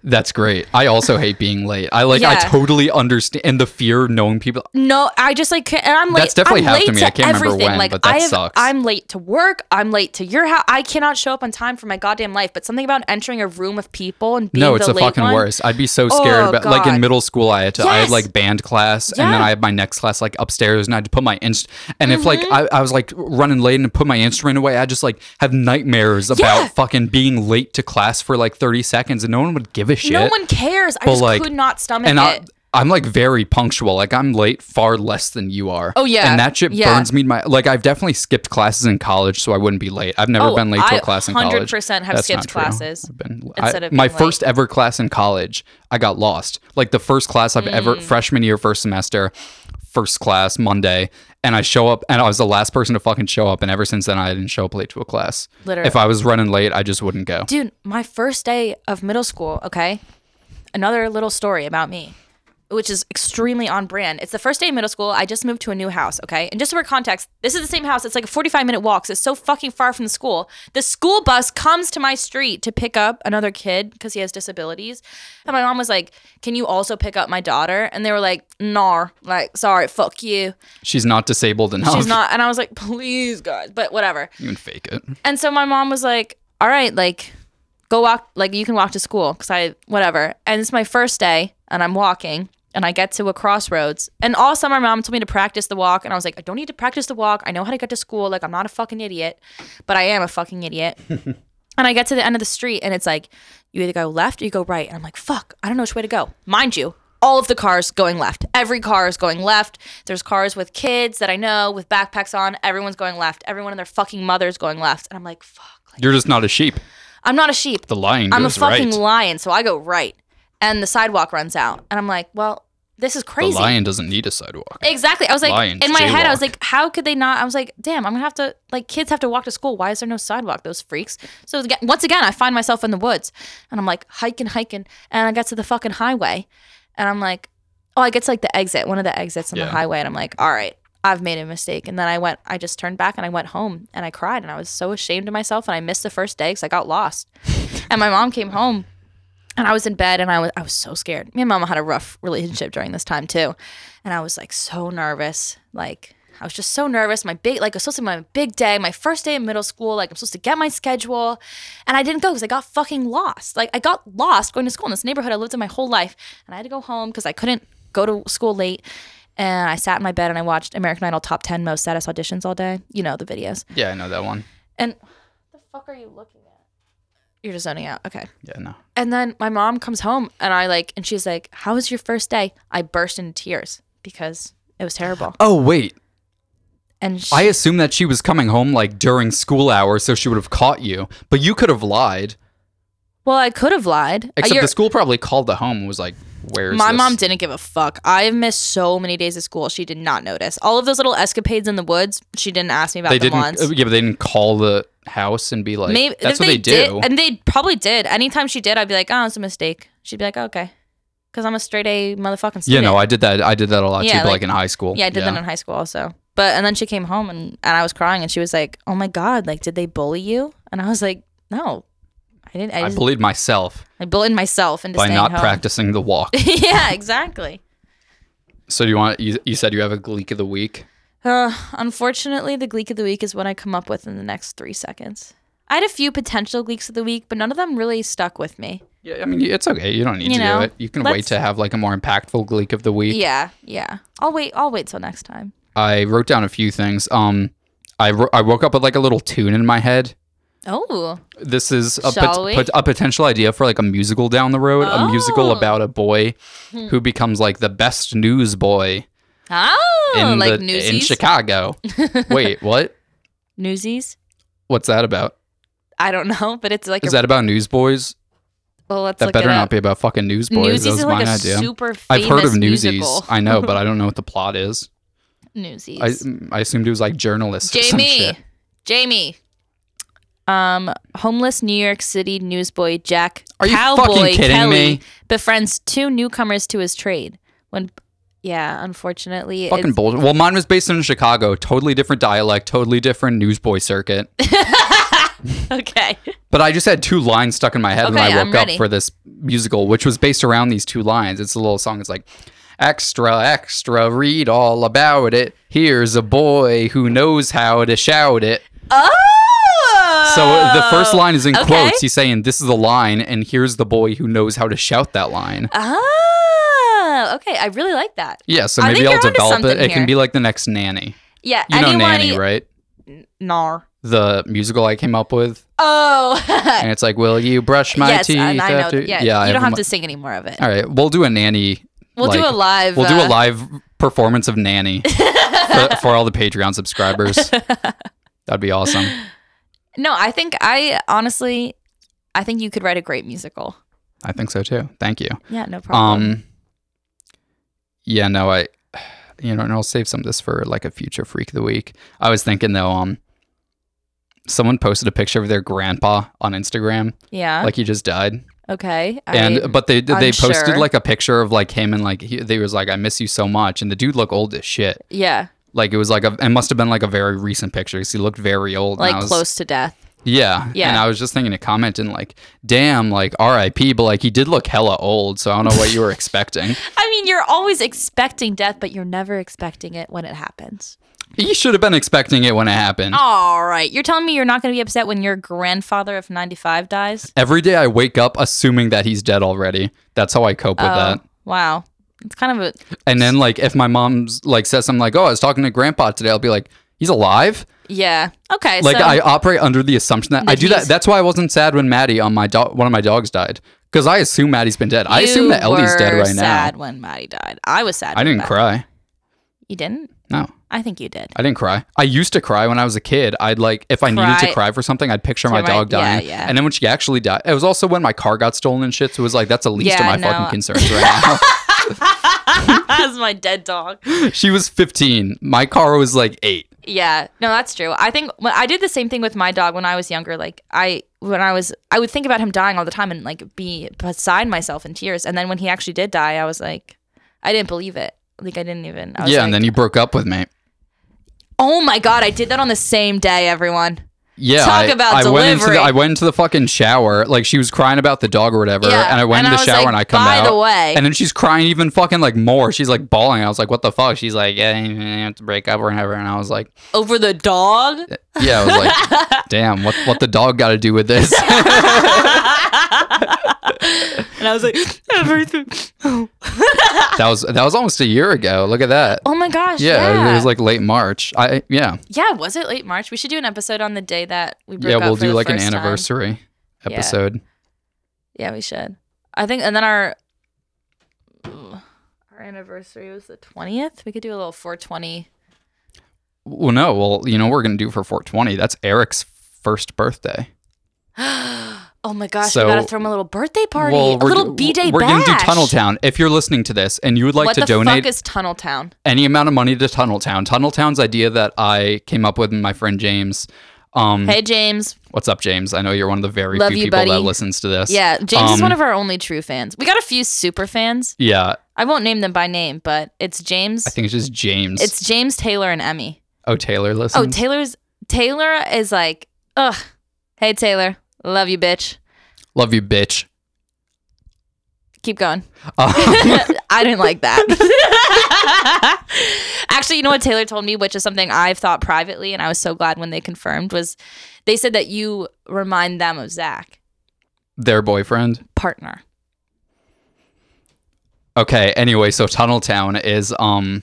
A: That's great. I also hate being late. I like. I
B: Yeah.
A: totally understand and the fear of knowing people.
B: No, I just like can't, and I'm late.
A: That's definitely
B: I'm
A: happened to
B: late
A: me. I can't remember
B: everything.
A: when,
B: like,
A: but that
B: I have,
A: sucks.
B: I'm late to work. I'm late to your house. I cannot show up on time for my goddamn life. But something about entering a room of people and being
A: No, it's
B: the
A: a
B: late
A: fucking
B: one,
A: worst. I'd be so scared.
B: Oh,
A: about, like in
B: God.
A: middle school, I had to, I had
B: Yes.
A: like band class, and then
B: Yeah.
A: I had my next class like upstairs, and I had to put my inst. And if
B: Mm-hmm.
A: like I, I was like running late and put my instrument away, I just like have nightmares about
B: Yeah.
A: fucking being late to class for like thirty seconds, and no one would give a shit.
B: No one cares. I
A: But,
B: just
A: like-
B: could not stomach
A: and I,
B: it.
A: I'm like very punctual. Like I'm late far less than you are.
B: Oh, yeah.
A: and that shit
B: Yeah.
A: burns me. To my like I've definitely skipped classes in college, so I wouldn't be late. I've never
B: Oh,
A: been late to
B: I
A: a class in college.
B: 100% have
A: That's
B: skipped
A: not true.
B: classes
A: I've been,
B: instead
A: I-
B: of
A: my
B: being late.
A: first ever class in college, I got lost. Like the first class I've ever
B: Mm.
A: freshman year, first semester, first class Monday, and I show up, and I was the last person to fucking show up. And ever since then, I didn't show up late to a class.
B: Literally.
A: if I was running late, I just wouldn't go.
B: Dude, my first day of middle school, okay? Another little story about me, which is extremely on brand. It's the first day of middle school. I just moved to a new house, okay? And just for context, this is the same house. It's like a 45 minute walk. So it's so fucking far from the school. The school bus comes to my street to pick up another kid because he has disabilities. And my mom was like, Can you also pick up my daughter? And they were like, Nah, like, sorry, fuck you.
A: She's not disabled enough.
B: She's not. And I was like, Please, guys, but whatever.
A: You can fake it.
B: And so my mom was like, "All right, like go walk like you can walk to school cuz I whatever." And it's my first day and I'm walking and I get to a crossroads. And all summer my mom told me to practice the walk and I was like, "I don't need to practice the walk. I know how to get to school. Like I'm not a fucking idiot, but I am a fucking idiot." and I get to the end of the street and it's like you either go left or you go right. And I'm like, "Fuck, I don't know which way to go." Mind you, all of the cars going left. Every car is going left. There's cars with kids that I know with backpacks on. Everyone's going left. Everyone and their fucking mother's going left. And I'm like, "Fuck." Like,
A: You're just not a sheep.
B: I'm not a sheep.
A: The lion
B: I'm a
A: goes
B: fucking
A: right.
B: lion, so I go right. And the sidewalk runs out. And I'm like, well, this is
A: The
B: crazy.
A: lion doesn't need a sidewalk.
B: Exactly. I was like,
A: Lions
B: in my head, I was
A: jaywalk.
B: like, how could they not? I was like, damn, I'm gonna have to like kids have to walk to school. Why is there no sidewalk? Those freaks. So aga- once again, I find myself in the woods, and I'm like hiking, hiking, and I get to the fucking highway, and I'm like, oh, I get to like the exit, one of the exits on the
A: Yeah.
B: highway, and I'm like, all right. I've made a mistake. And then I went, I just turned back and I went home and I cried and I was so ashamed of myself. And I missed the first day because I got lost. and my mom came home And I was in bed and I was I was so scared. Me and mama had a rough relationship during this time too. And I was like so nervous. Like I was just so nervous. My big like it was supposed to be my big day, my first day in middle school. Like I'm supposed to get my schedule. And I didn't go because I got fucking lost. Like I got lost going to school in this neighborhood I lived in my whole life. And I had to go home because I couldn't go to school late. And I sat in my bed and I watched American Idol top ten most status auditions all day. You know the videos.
A: Yeah, I know that one.
B: And the fuck are you looking at? You're just zoning out. Okay.
A: Yeah, no.
B: And then my mom comes home and I like, and she's like, How was your first day? I burst into tears because it was terrible.
A: Oh wait,
B: And she,
A: I assumed that she was coming home like during school hours, so she would have caught you. But you could have lied.
B: well, I could have lied. Uh,
A: Except
B: you're-
A: the school probably called the home. and Was like, where's
B: my
A: this?
B: mom didn't give a fuck. I have missed so many days of school. She did not notice. All of those little escapades in the woods, she didn't ask me about
A: They
B: them
A: didn't.
B: once.
A: Yeah, but they didn't call the house and be like,
B: Maybe
A: that's
B: if
A: what
B: they,
A: they,
B: did,
A: do.
B: and they probably did. Anytime she did, I'd be like, "Oh, it's a mistake." She'd be like, "Okay," because I'm a straight A motherfucking student.
A: you know, I did that. I did that a lot
B: Yeah,
A: too, but
B: like-
A: like in high school.
B: Yeah, I did that in high school also. But and then she came home and, and I was crying and she was like, "Oh my god, like did they bully you?" And I was like, "No, I didn't. I,
A: I
B: just,
A: bullied myself
B: I bullied myself into
A: by
B: staying
A: not
B: home."
A: practicing the walk.
B: yeah, exactly.
A: so do you want? You, you said you have a gleek of the week.
B: Uh, unfortunately, the Gleek of the week is what I come up with in the next three seconds. I had a few potential Gleeks of the week, but none of them really stuck with me.
A: Yeah, I mean, it's okay. You don't need
B: You
A: to
B: know,
A: do it. You can wait
B: let's-
A: to have like a more impactful gleek of the week.
B: Yeah, yeah. I'll wait. I'll wait till next time.
A: I wrote down a few things. Um, I, wo- I woke up with like a little tune in my head.
B: Oh,
A: This is a,
B: Shall we?
A: a potential idea for like a musical down the road, a musical
B: Oh. Hmm.
A: about a boy who becomes like the best newsboy
B: oh,
A: in the,
B: like Newsies.
A: in Chicago. Wait, what?
B: Newsies.
A: What's that about?
B: I don't know, but it's like
A: Is
B: a,
A: that about newsboys?
B: well, let's
A: That
B: look it
A: better
B: up.
A: not be about fucking newsboys.
B: Newsies
A: that was
B: is like
A: my
B: a
A: idea.
B: super famous
A: I've heard of Newsies.
B: musical.
A: I know, but I don't know what the plot is.
B: Newsies.
A: I, I assumed it was like journalists. Or some
B: Jamie.
A: shit.
B: Jamie. Um, homeless New York City newsboy Jack
A: Are you
B: Cowboy
A: fucking kidding
B: Kelly
A: me?
B: befriends two newcomers to his trade. When, yeah, unfortunately,
A: Fucking
B: it's,
A: bullshit. Well, mine was based in Chicago. Totally different dialect, totally different newsboy circuit.
B: okay.
A: But I just had two lines stuck in my head when
B: Okay,
A: I
B: I'm
A: woke up
B: ready.
A: for this musical, which was based around these two lines. It's a little song. It's like, extra, extra, read all about it. Here's a boy who knows how to shout it.
B: Oh,
A: So uh, the first line is in
B: okay.
A: quotes. He's saying, this is the line, and here's the boy who knows how to shout that line.
B: Oh, okay. I really like that.
A: Yeah, so
B: I think
A: maybe
B: you're
A: I'll
B: onto
A: develop it.
B: something
A: It can
B: here.
A: be like the next nanny.
B: Yeah.
A: You know Nanny, right?
B: Nar.
A: The musical I came up with.
B: Oh.
A: and it's like, will you brush my
B: yes,
A: teeth
B: and I know.
A: after?
B: yeah,
A: I
B: you don't have
A: my-
B: to sing any more of it.
A: All right, we'll do a nanny.
B: We'll do
A: like-
B: a live.
A: We'll do a
B: uh,
A: live performance of nanny for, for all the Patreon subscribers. That'd be awesome.
B: No, I think I honestly, I think you could write a great musical.
A: I think so too. Thank you.
B: Yeah, no problem.
A: Um, yeah, no, I, you know, and I'll save some of this for like a future freak of the week. I was thinking though, um, someone posted a picture of their grandpa on Instagram,
B: yeah.
A: like he just died.
B: okay. I-
A: and uh, but they they posted
B: unsure.
A: like a picture of like him and like he, they was like I miss you so much and the dude looked old as shit
B: yeah,
A: like it was like a it must have been like a very recent picture because he looked very old and
B: like
A: I was-
B: close to death.
A: yeah
B: Yeah.
A: and I was just thinking a comment and like damn like R.I.P. but like he did look hella old so I don't know what you were expecting
B: I mean, you're always expecting death, but you're never expecting it when it happens.
A: he should have been expecting it when it happened
B: All right. You're telling me you're not going to be upset when your grandfather of 95 dies?
A: every day I wake up assuming that he's dead already that's how I cope
B: Oh.
A: with that
B: wow. It's kind of a
A: and then like if my mom's like says something like oh I was talking to grandpa today I'll be like he's alive
B: yeah. Okay.
A: Like
B: so,
A: I operate under the assumption that I do that.
B: he's-
A: That's why I wasn't sad when Maddie on my dog, one of my dogs died, because I assume Maddie's been dead. I assume
B: you
A: that Ellie's dead
B: were
A: right
B: sad
A: now.
B: when Maddie died. I was sad.
A: I
B: when
A: didn't
B: Maddie-
A: cry.
B: You didn't?
A: No,
B: I think you did.
A: I didn't cry. I used to cry when I was a kid. I'd like if I needed
B: Cry-
A: to cry for something, I'd picture my
B: my-
A: dog
B: yeah,
A: dying.
B: yeah.
A: And then when she actually died, it was also when my car got stolen and shit. So it was like that's the least
B: Yeah,
A: of my
B: no.
A: fucking concerns right
B: That's my dead dog.
A: now. she was 15. My car was like eight.
B: Yeah, no, that's true. I think when I did the same thing with my dog when I was younger. Like I, when I was, I would think about him dying all the time and like be beside myself in tears. And then when he actually did die, I was like, I didn't believe it. Like I didn't even. I was
A: Yeah,
B: like,
A: and then you broke up with me.
B: oh my god, I did that on the same day, everyone.
A: Yeah,
B: Talk
A: I,
B: about
A: I went into the
B: delivery.
A: I went into the fucking shower. Like she was crying about the dog or whatever,
B: Yeah,
A: and I went
B: and
A: in the
B: I was
A: shower
B: like,
A: and I come
B: "By
A: out.
B: the way."
A: and then she's crying even fucking like more. She's like bawling. I was like, "What the fuck?" She's like, "Yeah, you have to break up or whatever." And I was like,
B: over the dog.
A: "Yeah." I was like, "Damn, what what the dog got to do with this?"
B: And I was like, everything.
A: that was that was almost a year ago. Look at that.
B: Oh my gosh.
A: Yeah,
B: Yeah.
A: it was like late March. I yeah
B: yeah, was it late March? We should do an episode on the day that we broke
A: yeah
B: up
A: we'll
B: for
A: do
B: the
A: like an
B: first time.
A: anniversary
B: Yeah.
A: episode.
B: Yeah, we should. I think, and then our Ugh. our anniversary was the twentieth. We could do a little four twenty.
A: Well, no, well you know what we're gonna do for 420. That's Eric's first birthday.
B: oh my gosh,
A: So-
B: we gotta throw him a little birthday party, a
A: we're
B: little
A: do-
B: b-day
A: We're
B: bash.
A: gonna do Tunnel Town. If you're listening to this and you would like
B: what
A: to
B: the
A: donate
B: fuck is Tunnel Town?
A: any amount of money to Tunnel Town, Tunnel Town's idea that I came up with and my friend James. Um,
B: Hey James,
A: what's up, James? I know you're one of the very
B: Love
A: few
B: you,
A: people that
B: buddy.
A: listens to this.
B: yeah, James is
A: Um,
B: one of our only true fans. We got a few super fans.
A: Yeah,
B: I won't name them by name, but it's James.
A: I think it's just James.
B: It's James Taylor and Emmy.
A: oh Taylor
B: Oh,
A: listens.
B: Taylor's Taylor is like, ugh. Hey Taylor, love you, bitch.
A: Love you, bitch.
B: Keep going.
A: Uh,
B: I didn't like that. Actually, you know what Taylor told me, which is something I've thought privately, and I was so glad when they confirmed, was they said that you remind them of Zach,
A: their boyfriend.
B: partner.
A: Okay. Anyway, so Tunnel Town is um.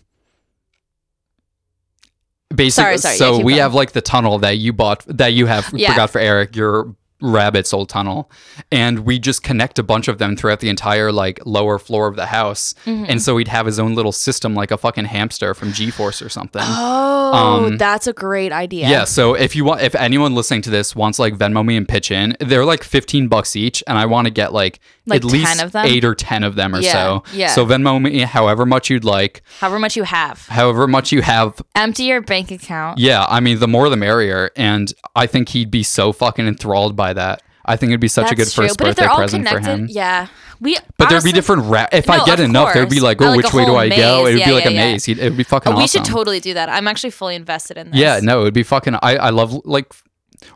B: Sorry,
A: Basically,
B: sorry, yeah,
A: so
B: keep
A: we
B: going.
A: have like the tunnel that you bought, that you have
B: Yeah.
A: forgot for Eric, your rabbit's old tunnel, and we just connect a bunch of them throughout the entire like lower floor of the house,
B: Mm-hmm.
A: and so he'd have his own little system like a fucking hamster from G-force or something.
B: Oh,
A: Um,
B: that's a great idea.
A: Yeah. So if you want, if anyone listening to this wants like Venmo me and pitch in, they're like fifteen bucks each, and I want to get like,
B: Like
A: at least
B: 10 of them?
A: eight or ten of them or
B: Yeah,
A: so.
B: yeah.
A: So Venmo me however much you'd like,
B: However much you have,
A: however much you have.
B: empty your bank account.
A: Yeah. I mean, the more the merrier, and I think he'd be so fucking enthralled by that. I think it'd be such a good first
B: but if
A: birthday
B: they're all
A: present for him.
B: connected, yeah, we.
A: But
B: honestly-
A: there'd be different. Ra- if
B: No,
A: I get
B: of
A: enough, there'd be
B: course.
A: like,
B: Uh,
A: oh,
B: like a
A: which way do
B: whole
A: I go?
B: maze.
A: It'd
B: Yeah,
A: be like
B: yeah,
A: a
B: yeah.
A: maze. He'd, it'd be fucking.
B: Oh,
A: awesome.
B: we should totally do that. I'm actually fully invested in this.
A: Yeah, no, it'd be fucking. I, I love like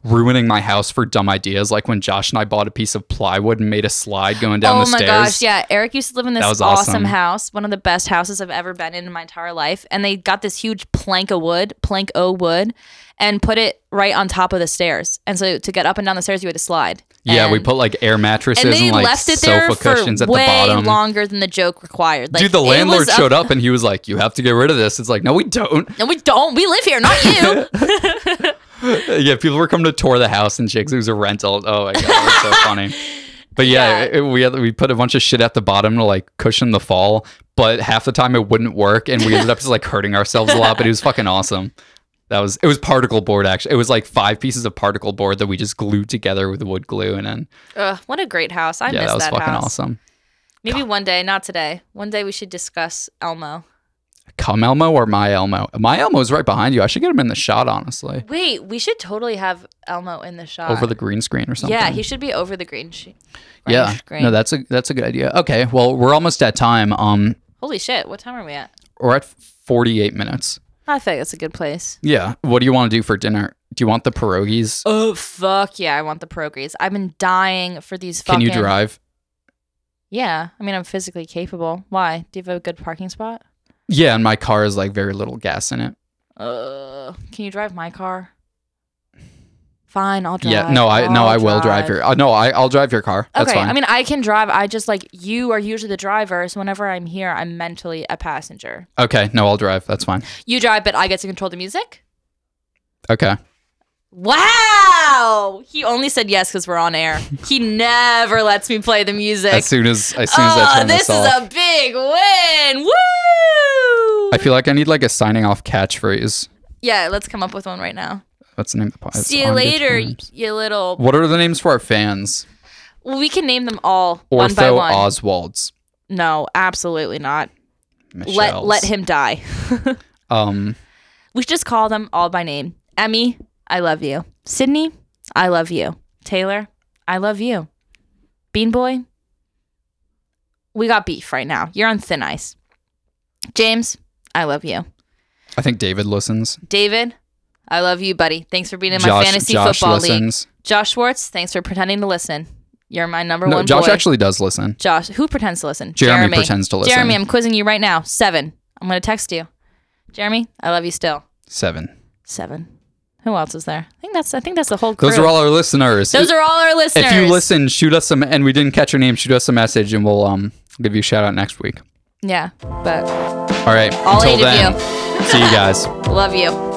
A: ruining my house for dumb ideas. Like when Josh and I bought a piece of plywood and made a slide going down
B: oh
A: the
B: my
A: stairs.
B: gosh, yeah. Eric used to live in this
A: That was
B: awesome.
A: awesome.
B: house, one of the best houses I've ever been in in my entire life. And they got this huge plank of wood, plank o wood, and put it right on top of the stairs. And so to get up and down the stairs, you had to slide.
A: Yeah, we
B: And-
A: put like air mattresses
B: and
A: and,
B: they
A: like
B: left it
A: sofa
B: there for
A: cushions at the
B: way
A: bottom.
B: longer than the joke required. Like,
A: Dude, the
B: it
A: landlord
B: was a-
A: showed up and he was like, "You have to get rid of this." It's like, no, we don't.
B: No, we don't. We live here, not you.
A: yeah, people were coming to tour the house and chicks. It was a rental. Oh my god, it was so funny. But yeah,
B: Yeah.
A: It, we had, we put a bunch of shit at the bottom to like cushion the fall. But half the time it wouldn't work, and we ended up just like hurting ourselves a lot. But it was fucking awesome. That was it was particle board actually. It was like five pieces of particle board that we just glued together with wood glue, and then
B: Ugh, what a great house. I
A: yeah,
B: miss
A: that was fucking
B: house.
A: awesome.
B: Maybe one day, not today. One day we should discuss Elmo.
A: Come Elmo or my Elmo? My Elmo's right behind you. I should get him in the shot honestly,
B: Wait, we should totally have Elmo in the shop.
A: over the green screen or something.
B: Yeah, he should be over the green sheet.
A: yeah.
B: Green.
A: No, that's a that's a good idea. Okay, well we're almost at time. Um,
B: Holy shit, what time are we at?
A: We're at 48 minutes.
B: I think that's a good place.
A: Yeah. What do you want to do for dinner? Do you want the pierogies?
B: Oh fuck yeah, I want the progress. I've been dying for these
A: Can
B: fucking
A: you drive?
B: Yeah. I mean I'm physically capable. Why? Do you have a good parking spot?
A: Yeah, and my car is like very little gas in it.
B: Uh can you drive my car? Fine, I'll drive.
A: yeah. No, I no,
B: I'll
A: I will drive your. Uh, no, I I'll drive your car. That's
B: okay,
A: fine.
B: I mean I can drive. I just like you are usually the driver, so whenever I'm here, I'm mentally a passenger.
A: okay. No, I'll drive. That's fine.
B: You drive, but I get to control the music?
A: Okay.
B: Wow! He only said yes because we're on air. He never lets me play the music.
A: As soon as as soon as I
B: oh,
A: turn this,
B: this is
A: off,
B: a big win! Woo!
A: I feel like I need like a signing off catchphrase.
B: yeah, let's come up with one right now.
A: That's the name of the podcast.
B: See you later, you little.
A: What are the names for our fans?
B: Well, we can name them all one by
A: Ortho
B: one.
A: Oswalds.
B: No, absolutely not. Let
A: Michelle's.
B: let him die.
A: Um.
B: We should just call them all by name. Emmy, I love you. Sydney, I love you. Taylor, I love you. Bean Boy, we got beef right now. You're on thin ice. James, I love you.
A: I think David listens.
B: David, I love you, buddy. Thanks for being in my
A: Josh,
B: fantasy
A: Josh
B: football league.
A: listens.
B: Josh Schwartz, thanks for pretending to listen. You're my number
A: No,
B: one
A: Josh
B: boy.
A: actually does listen.
B: Josh, who pretends to listen?
A: Jeremy pretends to listen.
B: Jeremy, I'm quizzing you right now. Seven. I'm gonna text you. Jeremy, I love you still.
A: Seven.
B: Seven. Who else is there? I think that's. I think that's the whole crew.
A: Those are all our listeners.
B: Those are all our listeners.
A: if you listen, shoot us some, and we didn't catch your name, shoot us a message, and we'll um give you a shout out next week.
B: yeah, but
A: All right.
B: all
A: until
B: eight
A: then,
B: of
A: see you guys.
B: you, love you.